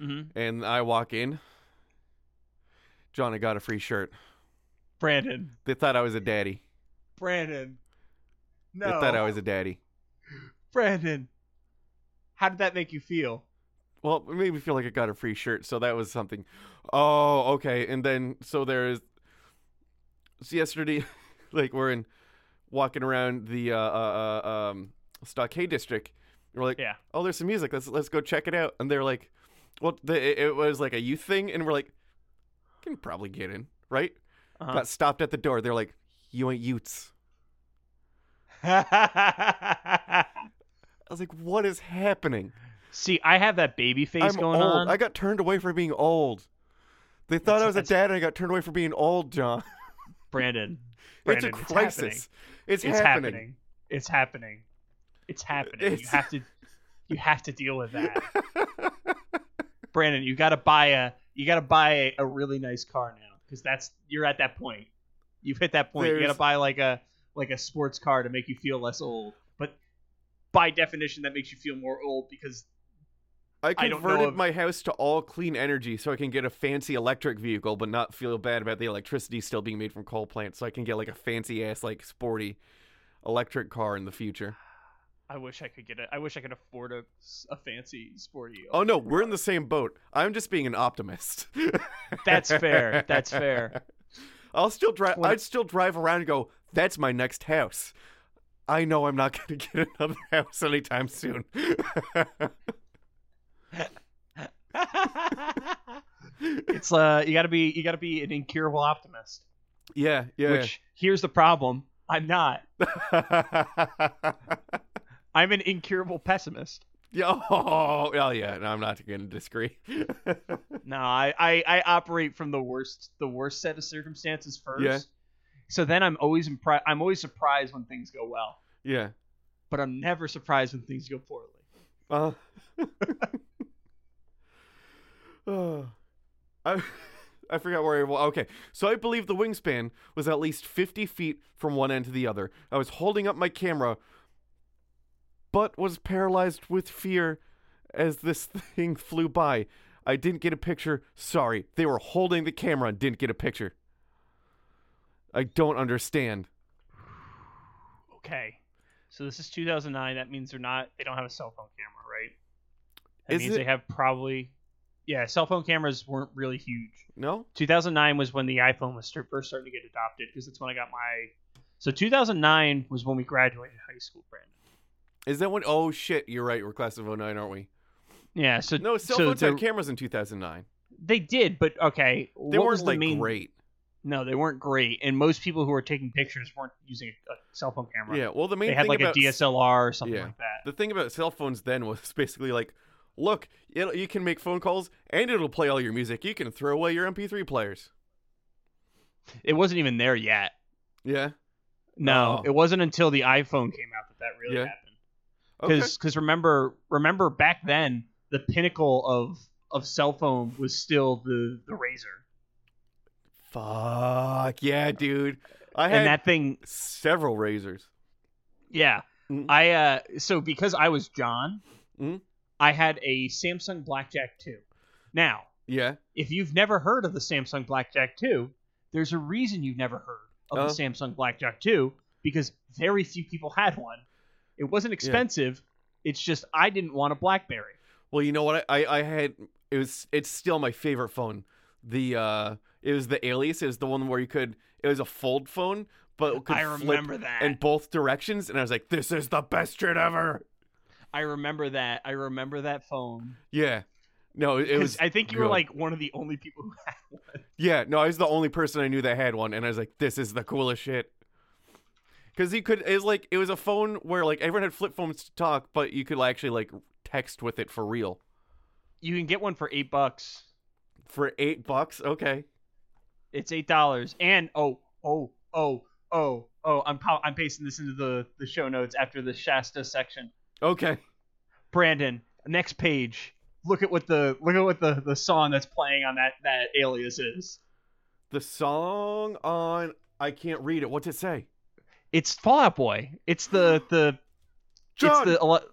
[SPEAKER 1] Mhm.
[SPEAKER 2] And I walk in. John, I got a free shirt.
[SPEAKER 1] brandon
[SPEAKER 2] They thought I was a daddy.
[SPEAKER 1] Brandon.
[SPEAKER 2] They
[SPEAKER 1] No.
[SPEAKER 2] thought I was a daddy.
[SPEAKER 1] Brandon. How did that make you feel?
[SPEAKER 2] Well, it made me feel like I got a free shirt, so that was something. Oh, okay. And then so there's so yesterday, like we're in walking around the uh, uh, uh, um, stockade district. and We're like,
[SPEAKER 1] Yeah.
[SPEAKER 2] oh, there's some music. Let's let's go check it out. And they're like, well, the, it, it was like a youth thing, and we're like, can probably get in, right?
[SPEAKER 1] Uh-huh.
[SPEAKER 2] Got stopped at the door. They're like, you ain't youths. I was like, what is happening?
[SPEAKER 1] See, I have that baby face
[SPEAKER 2] I'm
[SPEAKER 1] going
[SPEAKER 2] old.
[SPEAKER 1] on.
[SPEAKER 2] I got turned away for being old. They thought
[SPEAKER 1] That's-
[SPEAKER 2] I was a
[SPEAKER 1] that's-
[SPEAKER 2] dad, and I got turned away for being old, John.
[SPEAKER 1] Brandon.
[SPEAKER 2] It's a
[SPEAKER 1] Brandon,
[SPEAKER 2] crisis. It's,
[SPEAKER 1] It's, happening.
[SPEAKER 2] happening.
[SPEAKER 1] It's happening. It's happening. You
[SPEAKER 2] It's-
[SPEAKER 1] have to you have to deal with that. Brandon, you got to buy a you got to buy a, a really nice car now cuz that's you're at that point. You've hit that point. You got
[SPEAKER 2] There's-
[SPEAKER 1] to buy like a like a sports car to make you feel less old. But by definition that makes you feel more old because
[SPEAKER 2] I
[SPEAKER 1] I don't know
[SPEAKER 2] converted
[SPEAKER 1] if-
[SPEAKER 2] my house to all clean energy so I can get a fancy electric vehicle, but not feel bad about the electricity still being made from coal plants. So I can get like a fancy ass, like sporty electric car in the future.
[SPEAKER 1] I wish I could get it. I wish I could afford a, a fancy sporty.
[SPEAKER 2] Oh no, we're in the same boat. I'm just being an optimist.
[SPEAKER 1] That's fair. That's fair.
[SPEAKER 2] I'll still drive.
[SPEAKER 1] What-
[SPEAKER 2] I'd still drive around and go. That's my next house. I know I'm not going to get another house anytime soon.
[SPEAKER 1] it's uh you got to be you got to be an incurable optimist.
[SPEAKER 2] yeah, yeah.
[SPEAKER 1] Which here's the problem. I'm not. I'm an incurable pessimist.
[SPEAKER 2] yeah, oh, oh, yeah. No, I'm not going to disagree.
[SPEAKER 1] No, I, I I operate from the worst the worst set of circumstances first.
[SPEAKER 2] Yeah.
[SPEAKER 1] So then I'm always impri- I'm always surprised when things go well,
[SPEAKER 2] yeah.
[SPEAKER 1] but I'm never surprised when things go poorly.
[SPEAKER 2] Uh, oh. I I forgot where I was. Okay, so I believe the wingspan was at least 50 feet from one end to the other. I was holding up my camera, but was paralyzed with fear as this thing flew by. I didn't get a picture. Sorry, they were holding the camera and didn't get a picture. I don't understand.
[SPEAKER 1] Okay. So this is 2009. That means they're not. They don't have a cell phone camera, right? That
[SPEAKER 2] Is
[SPEAKER 1] means
[SPEAKER 2] it-
[SPEAKER 1] they have probably. Yeah, cell phone cameras weren't really huge.
[SPEAKER 2] No?
[SPEAKER 1] 2009 was when the iPhone was st- first starting to get adopted because that's when I got my. So 2009 was when we graduated high school, Brandon.
[SPEAKER 2] Is that when? Oh shit! You're right. We're class of 09, aren't we?
[SPEAKER 1] Yeah. So
[SPEAKER 2] No, cell
[SPEAKER 1] so
[SPEAKER 2] phones had
[SPEAKER 1] the-
[SPEAKER 2] cameras in 2009.
[SPEAKER 1] They did, but okay.
[SPEAKER 2] They
[SPEAKER 1] what
[SPEAKER 2] weren't
[SPEAKER 1] was the
[SPEAKER 2] like
[SPEAKER 1] main...
[SPEAKER 2] great.
[SPEAKER 1] No, they weren't great, and most people who were taking pictures weren't using a, a cell phone camera.
[SPEAKER 2] Yeah. Well, the main
[SPEAKER 1] They had
[SPEAKER 2] thing
[SPEAKER 1] like
[SPEAKER 2] about
[SPEAKER 1] a DSLR or something
[SPEAKER 2] Yeah.
[SPEAKER 1] like that.
[SPEAKER 2] The thing about cell phones then was basically like, look, it, you can make phone calls and it'll play all your music. You can throw away your MP3 players.
[SPEAKER 1] It wasn't even there yet.
[SPEAKER 2] Yeah.
[SPEAKER 1] No,
[SPEAKER 2] Oh.
[SPEAKER 1] it wasn't until the iPhone came out that that really
[SPEAKER 2] Yeah.
[SPEAKER 1] happened.
[SPEAKER 2] Okay.
[SPEAKER 1] Because remember remember back then the pinnacle of of cell phone was still the the razor,
[SPEAKER 2] Fuck yeah, dude. I had
[SPEAKER 1] and that thing
[SPEAKER 2] several razors.
[SPEAKER 1] yeah.
[SPEAKER 2] Mhm.
[SPEAKER 1] I uh so because I was John,
[SPEAKER 2] Mhm.
[SPEAKER 1] I had a Samsung Blackjack two. Now,
[SPEAKER 2] Yeah.
[SPEAKER 1] if you've never heard of the Samsung Blackjack two, there's a reason you've never heard of
[SPEAKER 2] Uh.
[SPEAKER 1] the Samsung Blackjack two because very few people had one. It wasn't expensive. It's just I didn't want a BlackBerry.
[SPEAKER 2] Well, you know what? I, I, I had it was it's still my favorite phone. The uh, it was the Alias. It was the one where you could. It was a fold phone, but could
[SPEAKER 1] I
[SPEAKER 2] flip
[SPEAKER 1] remember that.
[SPEAKER 2] in both directions, and I was like, "This is the best shit ever."
[SPEAKER 1] I remember that. I remember that phone.
[SPEAKER 2] Yeah, no, it
[SPEAKER 1] 'Cause
[SPEAKER 2] was.
[SPEAKER 1] I think you were
[SPEAKER 2] good.
[SPEAKER 1] like one of the only people who had one.
[SPEAKER 2] Yeah, no, I was the only person I knew that had one, and I was like, "This is the coolest shit." Because he could, it was like it was a phone where like everyone had flip phones to talk, but you could actually like text with it for real
[SPEAKER 1] You can get one for eight bucks.
[SPEAKER 2] for eight bucks. Okay,
[SPEAKER 1] It's eight dollars. And oh, oh, oh, oh, oh. I'm pow- I'm pasting this into the the show notes after the Shasta section.
[SPEAKER 2] okay,
[SPEAKER 1] Brandon, next page. Look at what the look at what the the song that's playing on that that alias is.
[SPEAKER 2] the song on I can't read it. What's it say?
[SPEAKER 1] It's Fallout Boy. It's the the
[SPEAKER 2] John!
[SPEAKER 1] it's the ele-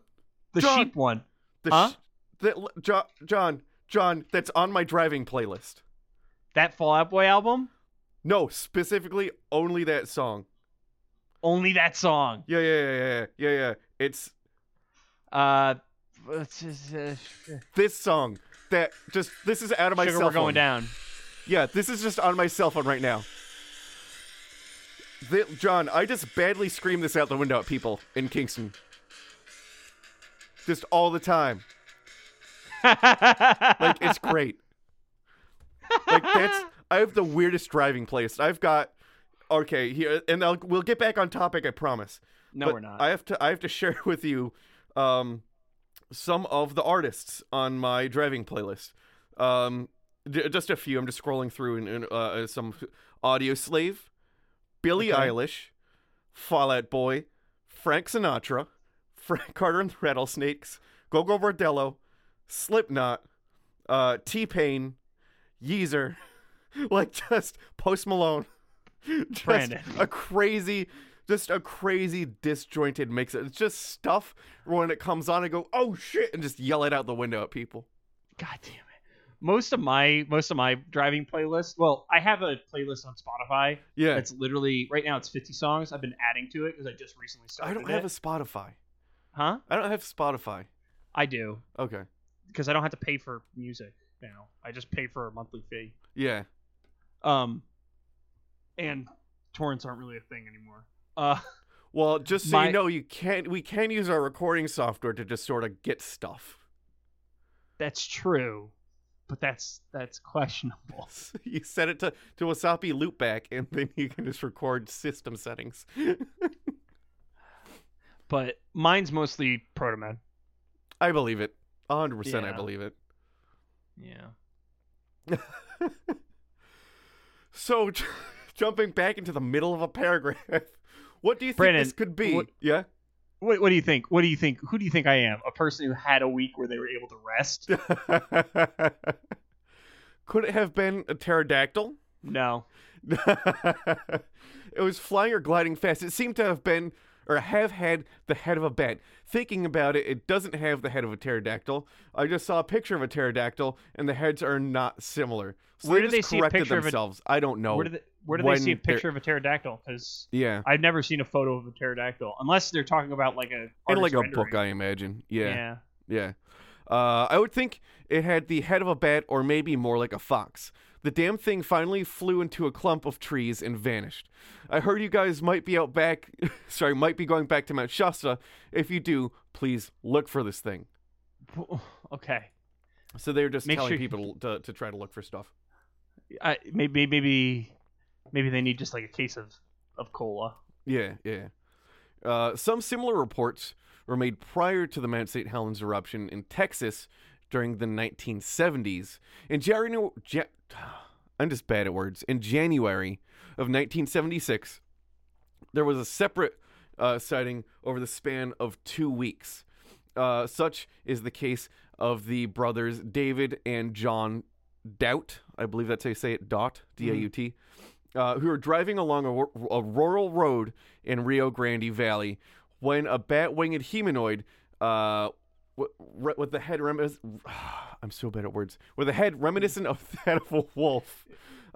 [SPEAKER 1] the
[SPEAKER 2] John!
[SPEAKER 1] sheep one.
[SPEAKER 2] The
[SPEAKER 1] Huh?
[SPEAKER 2] sh- the, John, John, John, that's on my driving playlist.
[SPEAKER 1] That Fallout Boy album.
[SPEAKER 2] No, specifically only that song.
[SPEAKER 1] Only that song.
[SPEAKER 2] Yeah, yeah, yeah, yeah, yeah, yeah. It's
[SPEAKER 1] Uh, what's his, uh sugar,
[SPEAKER 2] this song that just this is out of my cell
[SPEAKER 1] we're going
[SPEAKER 2] phone.
[SPEAKER 1] down.
[SPEAKER 2] Yeah, this is just on my cell phone right now. Th- John, I just badly scream this out the window at people in Kingston. Just all the time. Like it's great. like that's I have the weirdest driving place. I've got okay here, and I'll, we'll get back on topic. I promise.
[SPEAKER 1] No,
[SPEAKER 2] But
[SPEAKER 1] we're not.
[SPEAKER 2] I have to I have to share with you um, some of the artists on my driving playlist. Um, d- just a few. I'm just scrolling through and, and uh, uh, some Audio Slave, Billie
[SPEAKER 1] Okay.
[SPEAKER 2] Eilish, Fallout Boy, Frank Sinatra, Frank Carter and the Rattlesnakes, Gogo Bordello, Slipknot, uh, T Pain, Yeezer, like just Post Malone, just
[SPEAKER 1] Brandon.
[SPEAKER 2] a crazy, just a crazy disjointed mix. It's just stuff when it comes on, I go, oh shit, and just yell it out the window at people.
[SPEAKER 1] God damn it. Most of my most of my driving playlist. Well, I have a playlist on Spotify
[SPEAKER 2] Yeah,
[SPEAKER 1] that's literally right now. It's 50 songs. I've been adding to it because I just recently started.
[SPEAKER 2] I don't have a
[SPEAKER 1] it.
[SPEAKER 2] Spotify.
[SPEAKER 1] huh?
[SPEAKER 2] I don't have Spotify.
[SPEAKER 1] I do
[SPEAKER 2] Okay,
[SPEAKER 1] because I don't have to pay for music now. I just pay for a monthly fee.
[SPEAKER 2] yeah,
[SPEAKER 1] Um, and torrents aren't really a thing anymore. Uh,
[SPEAKER 2] well, just so
[SPEAKER 1] My-
[SPEAKER 2] you know, you can't. We can use our recording software to just sort of get stuff.
[SPEAKER 1] that's true, but that's that's questionable.
[SPEAKER 2] you set it to to Wasapi loopback, and then you can just record system settings.
[SPEAKER 1] But mine's mostly Proto Man.
[SPEAKER 2] I believe it. A 100% I
[SPEAKER 1] Yeah.
[SPEAKER 2] believe it.
[SPEAKER 1] Yeah.
[SPEAKER 2] So, jumping back into the middle of a paragraph, what do you think
[SPEAKER 1] Brandon,
[SPEAKER 2] this could be?
[SPEAKER 1] what-
[SPEAKER 2] yeah?
[SPEAKER 1] What, what do you think? What do you think? Who do you think I am? A person who had a week where they were able to rest?
[SPEAKER 2] could it have been a pterodactyl?
[SPEAKER 1] no.
[SPEAKER 2] it was flying or gliding fast. It seemed to have been or have had the head of a bat. Thinking about it, it doesn't have the head of a pterodactyl. I just saw a picture of a pterodactyl, and the heads are not similar. So
[SPEAKER 1] Where did they
[SPEAKER 2] just
[SPEAKER 1] see a
[SPEAKER 2] corrected
[SPEAKER 1] picture of a-
[SPEAKER 2] themselves? I I don't know.
[SPEAKER 1] where do they, where do they see a
[SPEAKER 2] when they're-
[SPEAKER 1] picture of a pterodactyl? Because
[SPEAKER 2] Yeah,
[SPEAKER 1] I've never seen a photo of a pterodactyl unless they're talking about like a
[SPEAKER 2] and
[SPEAKER 1] artist
[SPEAKER 2] like a
[SPEAKER 1] rendering.
[SPEAKER 2] book, I imagine. Yeah,
[SPEAKER 1] Yeah.
[SPEAKER 2] yeah. Uh, I would think it had the head of a bat, or maybe more like a fox. The damn thing finally flew into a clump of trees and vanished. I heard you guys might be out back. sorry, might be going back to Mount Shasta. If you do, please look for this thing.
[SPEAKER 1] Okay.
[SPEAKER 2] So they're just
[SPEAKER 1] Make
[SPEAKER 2] telling
[SPEAKER 1] sure-
[SPEAKER 2] people to, to try to look for stuff.
[SPEAKER 1] I, maybe maybe maybe they need just like a case of of cola.
[SPEAKER 2] Yeah, yeah. Uh, some similar reports were made prior to the Mount St. Helens eruption in Texas during the 1970s. In January, ja- I'm just bad at words. In January of 1976, there was a separate uh, sighting over the span of two weeks. Uh, such is the case of the brothers David and John Doubt. I believe that's how you say it. Dot. D A U T uh, who were driving along a, wor- a rural road in Rio Grande Valley when a bat-winged humanoid uh, w- re- with the head remis- I'm so bad at words with a head reminiscent of that of a wolf.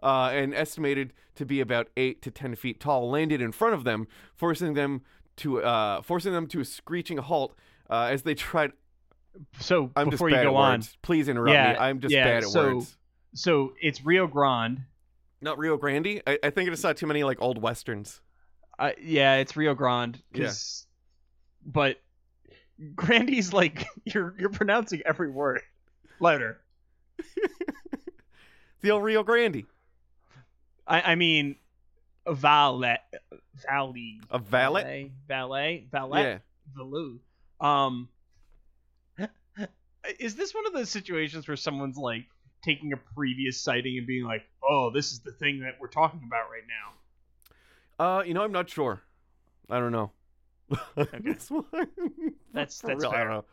[SPEAKER 2] Uh, and estimated to be about eight to ten feet tall, landed in front of them, forcing them to uh, forcing them to a screeching halt uh, as they tried.
[SPEAKER 1] So
[SPEAKER 2] I'm
[SPEAKER 1] before you
[SPEAKER 2] just bad
[SPEAKER 1] go
[SPEAKER 2] at
[SPEAKER 1] on,
[SPEAKER 2] words. Please interrupt me.
[SPEAKER 1] Yeah,
[SPEAKER 2] I'm just
[SPEAKER 1] yeah,
[SPEAKER 2] bad at
[SPEAKER 1] so-
[SPEAKER 2] words.
[SPEAKER 1] so it's Rio Grande.
[SPEAKER 2] Not Rio Grande. I, I think I just saw too many like old westerns.
[SPEAKER 1] Uh, yeah, it's Rio Grande. 'cause- But Grandy's like you're you're pronouncing every word louder.
[SPEAKER 2] The old Rio Grande.
[SPEAKER 1] I I mean, valet, valley,
[SPEAKER 2] A valet?
[SPEAKER 1] valet, valet,
[SPEAKER 2] Yeah.
[SPEAKER 1] Valoo. Um, is this one of those situations where someone's like taking a previous sighting and being like, "Oh, this is the thing that we're talking about right now."
[SPEAKER 2] Uh, you know, I'm not sure. I don't know. This one-
[SPEAKER 1] That's-
[SPEAKER 2] For
[SPEAKER 1] that's
[SPEAKER 2] real, I
[SPEAKER 1] fair.
[SPEAKER 2] don't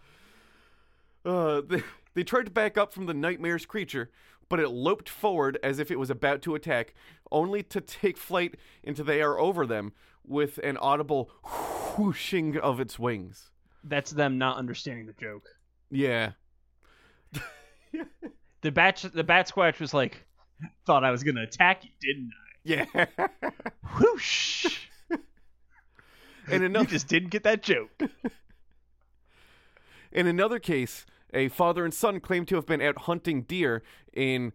[SPEAKER 2] know. Uh, they, they tried to back up from the nightmare's creature, but it loped forward as if it was about to attack, only to take flight into the air over them with an audible whooshing of its wings.
[SPEAKER 1] That's them not understanding the joke.
[SPEAKER 2] Yeah.
[SPEAKER 1] The bat, the bat squatch was like, "Thought I was gonna attack you, didn't
[SPEAKER 2] Yeah.
[SPEAKER 1] I?" Whoosh!
[SPEAKER 2] and
[SPEAKER 1] You
[SPEAKER 2] another
[SPEAKER 1] just didn't get that joke.
[SPEAKER 2] In another case, a father and son claimed to have been out hunting deer in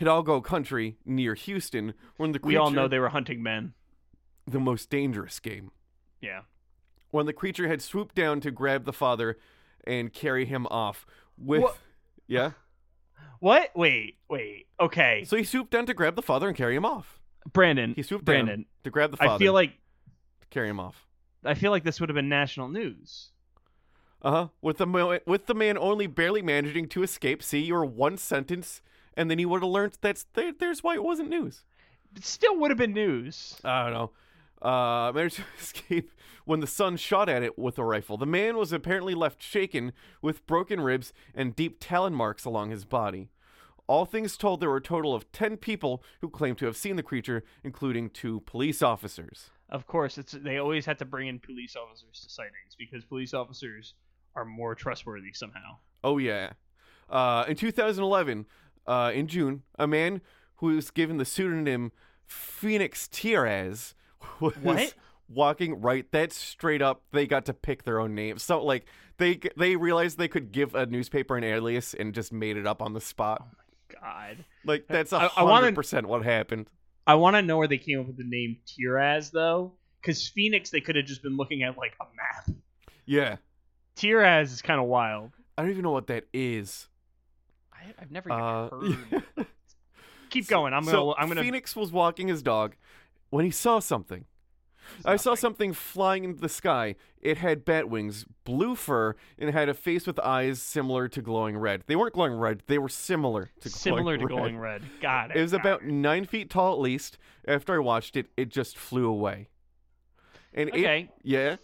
[SPEAKER 2] Hidalgo Country near Houston when the
[SPEAKER 1] We
[SPEAKER 2] creature,
[SPEAKER 1] all know they were hunting men.
[SPEAKER 2] the most dangerous game.
[SPEAKER 1] Yeah.
[SPEAKER 2] When the creature had swooped down to grab the father and carry him off with
[SPEAKER 1] What?
[SPEAKER 2] Yeah.
[SPEAKER 1] What? Wait, wait. Okay,
[SPEAKER 2] So he swooped down to grab the father and carry him off.
[SPEAKER 1] Brandon.
[SPEAKER 2] He swooped
[SPEAKER 1] Brandon.
[SPEAKER 2] down to grab the father
[SPEAKER 1] I feel like
[SPEAKER 2] to carry him off.
[SPEAKER 1] I feel like this would have been national news.
[SPEAKER 2] Uh-huh. With the mo- with the man only barely managing to escape, see your one sentence and then he would have learned that's there, there's why it wasn't news.
[SPEAKER 1] It still would have been news.
[SPEAKER 2] I don't know. Uh, managed to escape when the son shot at it with a rifle. The man was apparently left shaken with broken ribs and deep talon marks along his body. All things told, there were a total of 10 people who claimed to have seen the creature, including two police officers.
[SPEAKER 1] Of course, it's they always have to bring in police officers to sightings because police officers are more trustworthy somehow.
[SPEAKER 2] Oh, yeah. Uh, in 2011, uh, in June, a man who was given the pseudonym Phoenix Tierez was
[SPEAKER 1] What?
[SPEAKER 2] walking right. That's straight up. They got to pick their own name. So, like, they they realized they could give a newspaper an alias and just made it up on the spot.
[SPEAKER 1] God,
[SPEAKER 2] Like, that's
[SPEAKER 1] I-
[SPEAKER 2] a
[SPEAKER 1] I wanna-
[SPEAKER 2] 100% what happened.
[SPEAKER 1] I want to know where they came up with the name Tiraz though, because Phoenix they could have just been looking at like a map.
[SPEAKER 2] Yeah.
[SPEAKER 1] Tiraz is kind of wild.
[SPEAKER 2] I don't even know what that is.
[SPEAKER 1] I, I've never even
[SPEAKER 2] Uh,
[SPEAKER 1] heard. Keep going. I'm gonna.
[SPEAKER 2] so
[SPEAKER 1] I'm gonna.
[SPEAKER 2] Phoenix was walking his dog when he saw something. I saw something flying into the sky. It had bat wings, blue fur, and had a face with eyes similar to glowing red. They weren't glowing red; they were similar to
[SPEAKER 1] similar
[SPEAKER 2] glowing
[SPEAKER 1] to
[SPEAKER 2] red.
[SPEAKER 1] glowing red. Got it.
[SPEAKER 2] It was
[SPEAKER 1] got
[SPEAKER 2] about nine feet tall at least. After I watched it, it just flew away. And Ap-
[SPEAKER 1] Okay.
[SPEAKER 2] yeah.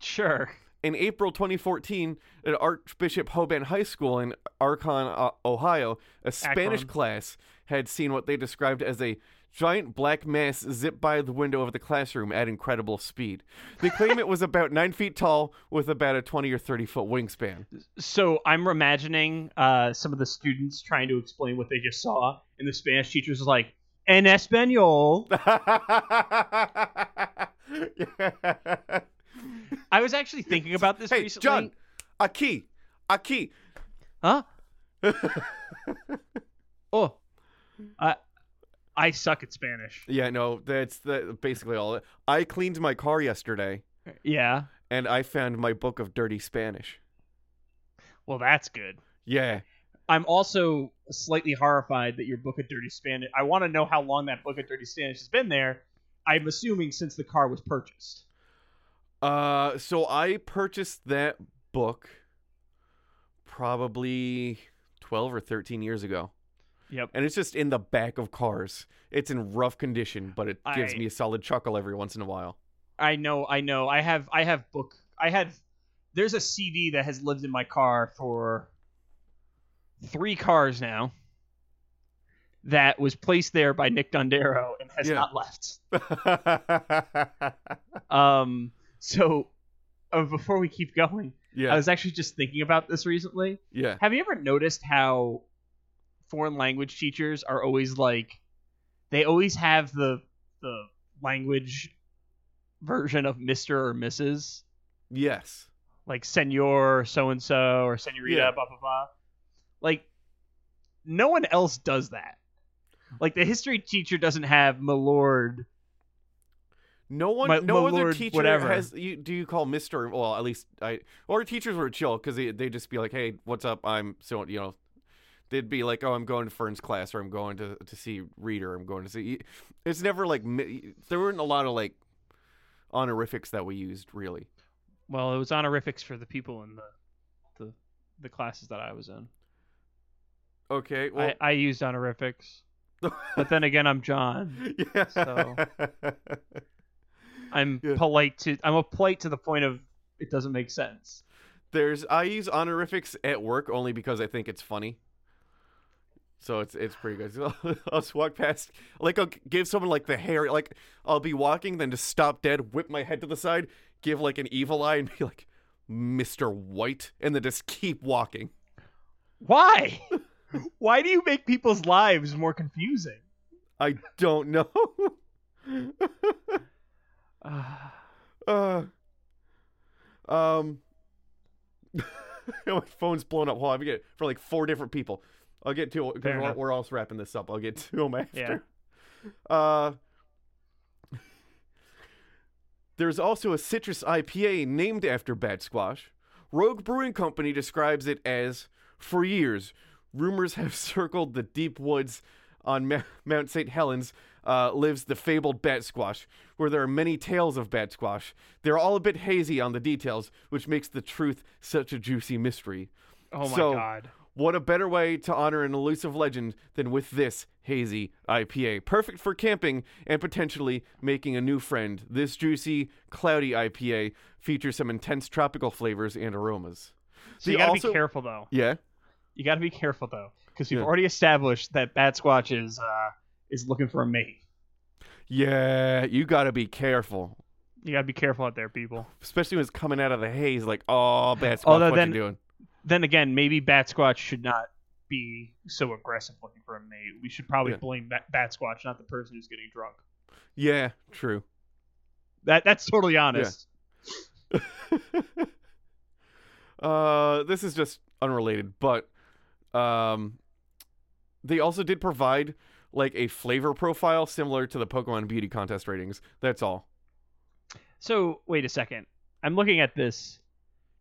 [SPEAKER 1] Sure.
[SPEAKER 2] In April 2014, at Archbishop Hoban High School in Archon, uh, Ohio, a Spanish
[SPEAKER 1] Akron.
[SPEAKER 2] class had seen what they described as a giant black mass zip by the window of the classroom at incredible speed. They claim it was about nine feet tall with about a 20 or 30 foot wingspan.
[SPEAKER 1] So I'm imagining uh, some of the students trying to explain what they just saw, and the Spanish teacher's like, "En español." I was actually thinking about this
[SPEAKER 2] Hey,
[SPEAKER 1] recently.
[SPEAKER 2] John, aquí, aquí.
[SPEAKER 1] Huh? oh, I I suck at Spanish.
[SPEAKER 2] Yeah, no, that's that, basically all. I cleaned my car yesterday
[SPEAKER 1] Yeah.
[SPEAKER 2] and I found my book of dirty Spanish.
[SPEAKER 1] Well, that's good.
[SPEAKER 2] Yeah.
[SPEAKER 1] I'm also slightly horrified that your book of dirty Spanish. I want to know how long that book of dirty Spanish has been there. I'm assuming since the car was purchased.
[SPEAKER 2] Uh, so I purchased that book probably 12 or 13 years ago.
[SPEAKER 1] Yep.
[SPEAKER 2] And it's just in the back of cars. It's in rough condition, but it gives
[SPEAKER 1] I-
[SPEAKER 2] me a solid chuckle every once in a while.
[SPEAKER 1] I know, I know. I have, I have book. I had. There's a CD that has lived in my car for three cars now. That was placed there by Nick Dondero and has
[SPEAKER 2] Yeah.
[SPEAKER 1] not left. Um. So, uh, before we keep going,
[SPEAKER 2] yeah.
[SPEAKER 1] I was actually just thinking about this recently.
[SPEAKER 2] yeah.
[SPEAKER 1] Have you ever noticed how foreign language teachers are always like, they always have the the language version of Mister or Mrs
[SPEAKER 2] Yes.
[SPEAKER 1] like senor so and so or senorita
[SPEAKER 2] Yeah.
[SPEAKER 1] blah blah blah like no one else does that like the history teacher doesn't have milord
[SPEAKER 2] No one,
[SPEAKER 1] My-
[SPEAKER 2] no
[SPEAKER 1] my
[SPEAKER 2] other
[SPEAKER 1] lord,
[SPEAKER 2] teacher
[SPEAKER 1] whatever.
[SPEAKER 2] has. You, do you call Mister? Well, at least I. Or teachers were chill because they they just be like, "Hey, what's up? I'm so you know." They'd be like, "Oh, I'm going to Fern's class, or I'm going to to see Reader, I'm going to see." It's never like mi- there weren't a lot of like honorifics that we used really.
[SPEAKER 1] Well, it was honorifics for the people in the the, the classes that I was in.
[SPEAKER 2] Okay, well,
[SPEAKER 1] I, I used honorifics, but then again, I'm John.
[SPEAKER 2] yeah.
[SPEAKER 1] so- I'm
[SPEAKER 2] Yeah.
[SPEAKER 1] polite to I'm a polite to the point of it doesn't make sense.
[SPEAKER 2] There's I use honorifics at work only because I think it's funny. So it's it's pretty good. So I'll just walk past, like I'll give someone like the hair, like I'll be walking, then just stop dead, whip my head to the side, give like an evil eye, and be like, "Mr. White," and then just keep walking.
[SPEAKER 1] Why? Why do you make people's lives more confusing?
[SPEAKER 2] I don't know. uh, um, my phone's blown up. Hold on, I get for like four different people. I'll get to because
[SPEAKER 1] Fair
[SPEAKER 2] we're,
[SPEAKER 1] enough.
[SPEAKER 2] we're also wrapping this up. I'll get to them
[SPEAKER 1] Yeah.
[SPEAKER 2] after. Uh, there's also a citrus IPA named after Bat Squash. Rogue Brewing Company describes it as for years. Rumors have circled the deep woods on Ma- Mount St. Helens uh, lives the fabled bat squash, where there are many tales of bat squash. They're all a bit hazy on the details, which makes the truth such a juicy mystery.
[SPEAKER 1] Oh my
[SPEAKER 2] So-
[SPEAKER 1] god.
[SPEAKER 2] What a better way to honor an elusive legend than with this hazy IPA. Perfect for camping and potentially making a new friend. This juicy, cloudy IPA features some intense tropical flavors and aromas.
[SPEAKER 1] So
[SPEAKER 2] They
[SPEAKER 1] you gotta
[SPEAKER 2] also-
[SPEAKER 1] be careful though.
[SPEAKER 2] Yeah.
[SPEAKER 1] You gotta be careful though, because we've
[SPEAKER 2] Yeah.
[SPEAKER 1] already established that Bat Squatch is uh is looking for a mate.
[SPEAKER 2] Yeah, you gotta be careful.
[SPEAKER 1] You gotta be careful out there, people.
[SPEAKER 2] Especially when it's coming out of the haze, like, oh, bad squash,
[SPEAKER 1] Although
[SPEAKER 2] what
[SPEAKER 1] then-
[SPEAKER 2] you doing?
[SPEAKER 1] Then again, maybe Bat Squatch should not be so aggressive looking for a mate. We should probably
[SPEAKER 2] Yeah.
[SPEAKER 1] blame Bat, Bat Squatch, not the person who's getting drunk.
[SPEAKER 2] Yeah, true.
[SPEAKER 1] That that's totally honest.
[SPEAKER 2] uh, this is just unrelated, but um, they also did provide like a flavor profile similar to the Pokemon Beauty Contest ratings. That's all.
[SPEAKER 1] So wait a second. I'm looking at this.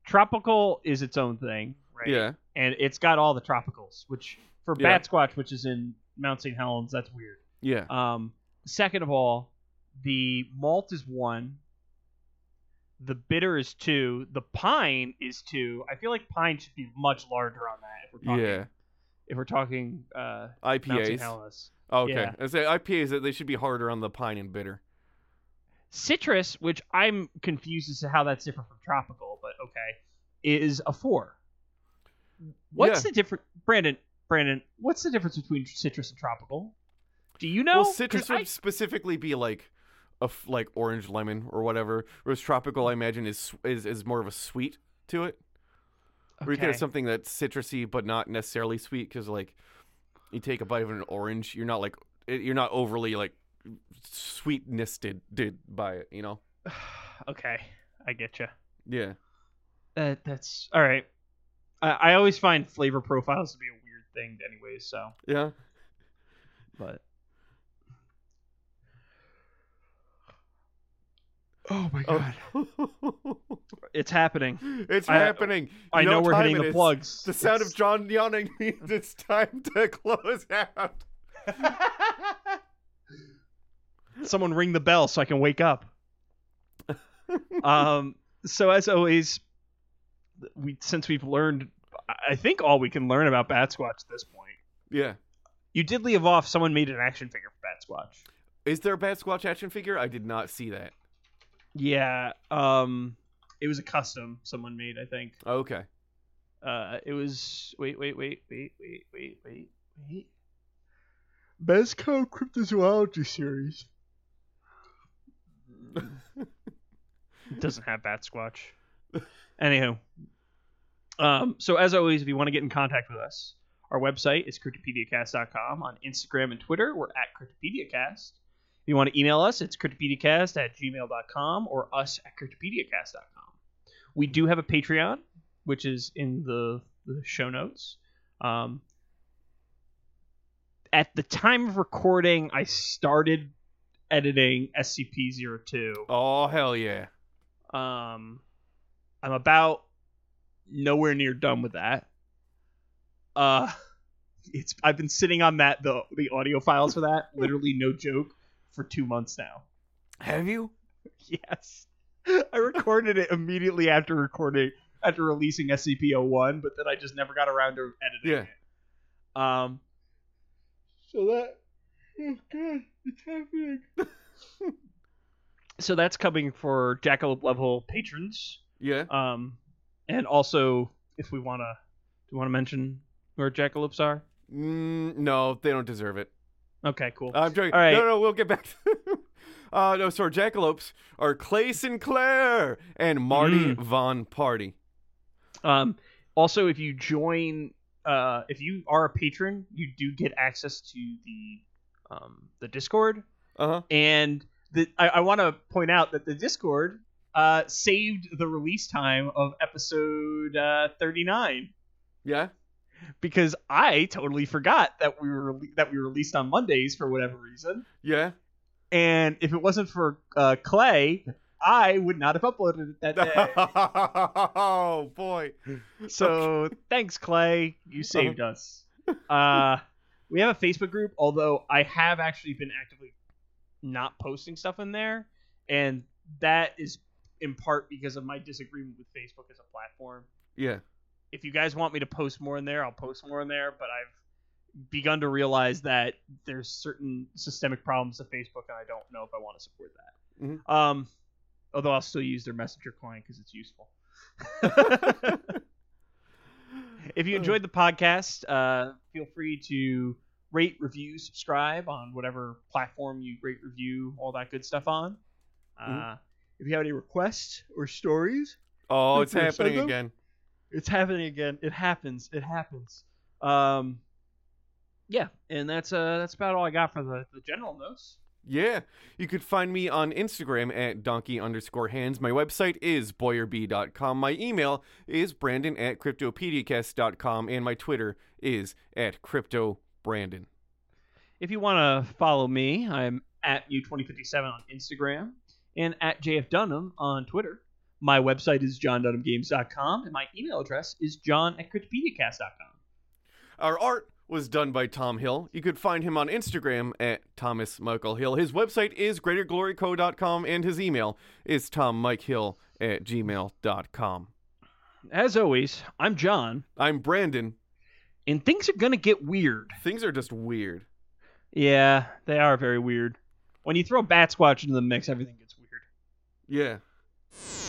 [SPEAKER 1] Tropical is its own thing, right?
[SPEAKER 2] Yeah.
[SPEAKER 1] And it's got all the tropicals, which for
[SPEAKER 2] Yeah.
[SPEAKER 1] Bat Squatch, which is in Mount St. Helens, that's weird.
[SPEAKER 2] Yeah.
[SPEAKER 1] Um, second of all, the malt is one. The bitter is two. The pine is two. I feel like pine should be much larger on that if we're talking
[SPEAKER 2] yeah.
[SPEAKER 1] if we're talking uh, Mount St.
[SPEAKER 2] IPAs.
[SPEAKER 1] Helens.
[SPEAKER 2] Oh, Okay.
[SPEAKER 1] yeah.
[SPEAKER 2] I say IPAs that they should be harder on the pine and bitter.
[SPEAKER 1] Citrus, which I'm confused as to how that's different from tropical, but okay, is a four. What's
[SPEAKER 2] Yeah.
[SPEAKER 1] the difference, Brandon? Brandon, what's the difference between citrus and tropical? Do you know?
[SPEAKER 2] well, citrus
[SPEAKER 1] 'Cause I-
[SPEAKER 2] would specifically be like a f- like orange lemon or whatever. Whereas tropical, I imagine, is is is more of a sweet to it. Or you could have
[SPEAKER 1] Okay.
[SPEAKER 2] something that's citrusy but not necessarily sweet because like you take a bite of an orange, you're not like it- you're not overly like sweetness did did by it, you know?
[SPEAKER 1] Okay, I get you.
[SPEAKER 2] Yeah.
[SPEAKER 1] That that's all right. I, I always find flavor profiles to be a weird thing, anyway. So,
[SPEAKER 2] Yeah.
[SPEAKER 1] but oh my
[SPEAKER 2] Oh.
[SPEAKER 1] it's happening.
[SPEAKER 2] it's
[SPEAKER 1] I- uh,
[SPEAKER 2] happening.
[SPEAKER 1] I
[SPEAKER 2] You
[SPEAKER 1] know we're
[SPEAKER 2] what
[SPEAKER 1] hitting
[SPEAKER 2] time
[SPEAKER 1] the
[SPEAKER 2] it is.
[SPEAKER 1] plugs.
[SPEAKER 2] The sound
[SPEAKER 1] It's-
[SPEAKER 2] of John yawning means it's time to close out.
[SPEAKER 1] Someone ring the bell so I can wake up. um. So as always, we since we've learned, I- I think all we can learn about Bat Squatch at this point.
[SPEAKER 2] Yeah.
[SPEAKER 1] You did leave off. Someone made an action figure for Bat Squatch.
[SPEAKER 2] Is there a Bat Squatch action figure? I did not see that.
[SPEAKER 1] Yeah. Um. It was a custom someone made. I think.
[SPEAKER 2] Okay.
[SPEAKER 1] Uh. It was. Wait. Wait. Wait. Wait. Wait. Wait. Wait. Wait. Mezco Cryptozoology series. It doesn't have Bat Squatch. Anywho. Um, so as always, if you want to get in contact with us, our website is cryptopediacast.com. On Instagram and Twitter, we're at cryptopediacast. If you want to email us, it's cryptopediacast at gmail.com or us at cryptopediacast.com. We do have a Patreon, which is in the, the show notes. Um, at the time of recording, I started editing SCP-02.
[SPEAKER 2] Oh hell yeah!
[SPEAKER 1] Um, I'm about nowhere near done with that. Uh, it's I've been sitting on that the the audio files for that literally no joke for two months now.
[SPEAKER 2] Have you?
[SPEAKER 1] Yes, I recorded it immediately after recording after releasing SCP-01, but then I just never got around to editing it. Um, so that oh god, it's happening. so that's coming for Jackalope level patrons.
[SPEAKER 2] Yeah.
[SPEAKER 1] Um, and also, if we want to, do you want to mention where jackalopes are?
[SPEAKER 2] Mm, no, they don't deserve it.
[SPEAKER 1] Okay, cool.
[SPEAKER 2] I'm joking.
[SPEAKER 1] All right.
[SPEAKER 2] No, no, we'll get back. to Uh, no, sorry. Jackalopes are Clay Sinclair and Marty
[SPEAKER 1] Mm.
[SPEAKER 2] Von Party.
[SPEAKER 1] Um, also, if you join, uh, if you are a patron, you do get access to the, um, the Discord,
[SPEAKER 2] Uh huh.
[SPEAKER 1] and the I, I want to point out that the Discord, uh, saved the release time of episode uh, 39
[SPEAKER 2] Yeah.
[SPEAKER 1] because I totally forgot that we were that we released on Mondays for whatever reason.
[SPEAKER 2] Yeah.
[SPEAKER 1] and if it wasn't for uh, Clay, I would not have uploaded it that day.
[SPEAKER 2] oh boy.
[SPEAKER 1] so thanks, Clay. You saved us. Uh, we have a Facebook group, although I have actually been actively not posting stuff in there, and that is in part because of my disagreement with Facebook as a platform.
[SPEAKER 2] Yeah.
[SPEAKER 1] If you guys want me to post more in there, I'll post more in there, but I've begun to realize that there's certain systemic problems with Facebook, and I don't know if I want to support that.
[SPEAKER 2] Mhm.
[SPEAKER 1] Um, although I'll still use their messenger client because it's useful. if you enjoyed the podcast, uh, feel free to rate, review, subscribe on whatever platform you rate, review, all that good stuff on. Uh, If you have any requests or stories,
[SPEAKER 2] Oh, it's
[SPEAKER 1] Wait for a
[SPEAKER 2] happening
[SPEAKER 1] second.
[SPEAKER 2] again.
[SPEAKER 1] it's happening again. It happens. It happens. Um, yeah, and that's uh that's about all I got for the, the general notes.
[SPEAKER 2] Yeah. You could find me on Instagram at donkey underscore hands. My website is boyerb.com. My email is brandon at cryptopediacast.com. And my Twitter is at cryptobrandon.
[SPEAKER 1] If you want to follow me, I'm at u2057 on Instagram and at JF Dunham on Twitter. My website is johndunhamgames.com and my email address is john at cryptopediacast.com.
[SPEAKER 2] Our art was done by Tom Hill. You could find him on Instagram at Thomas Michael Hill. His website is greatergloryco.com and his email is tommikehill at gmail.com.
[SPEAKER 1] As always, I'm John,
[SPEAKER 2] I'm Brandon.
[SPEAKER 1] and things are going to get weird.
[SPEAKER 2] Things are just weird.
[SPEAKER 1] Yeah, they are very weird. When you throw Bat Squatch into the mix, everything gets weird.
[SPEAKER 2] Yeah.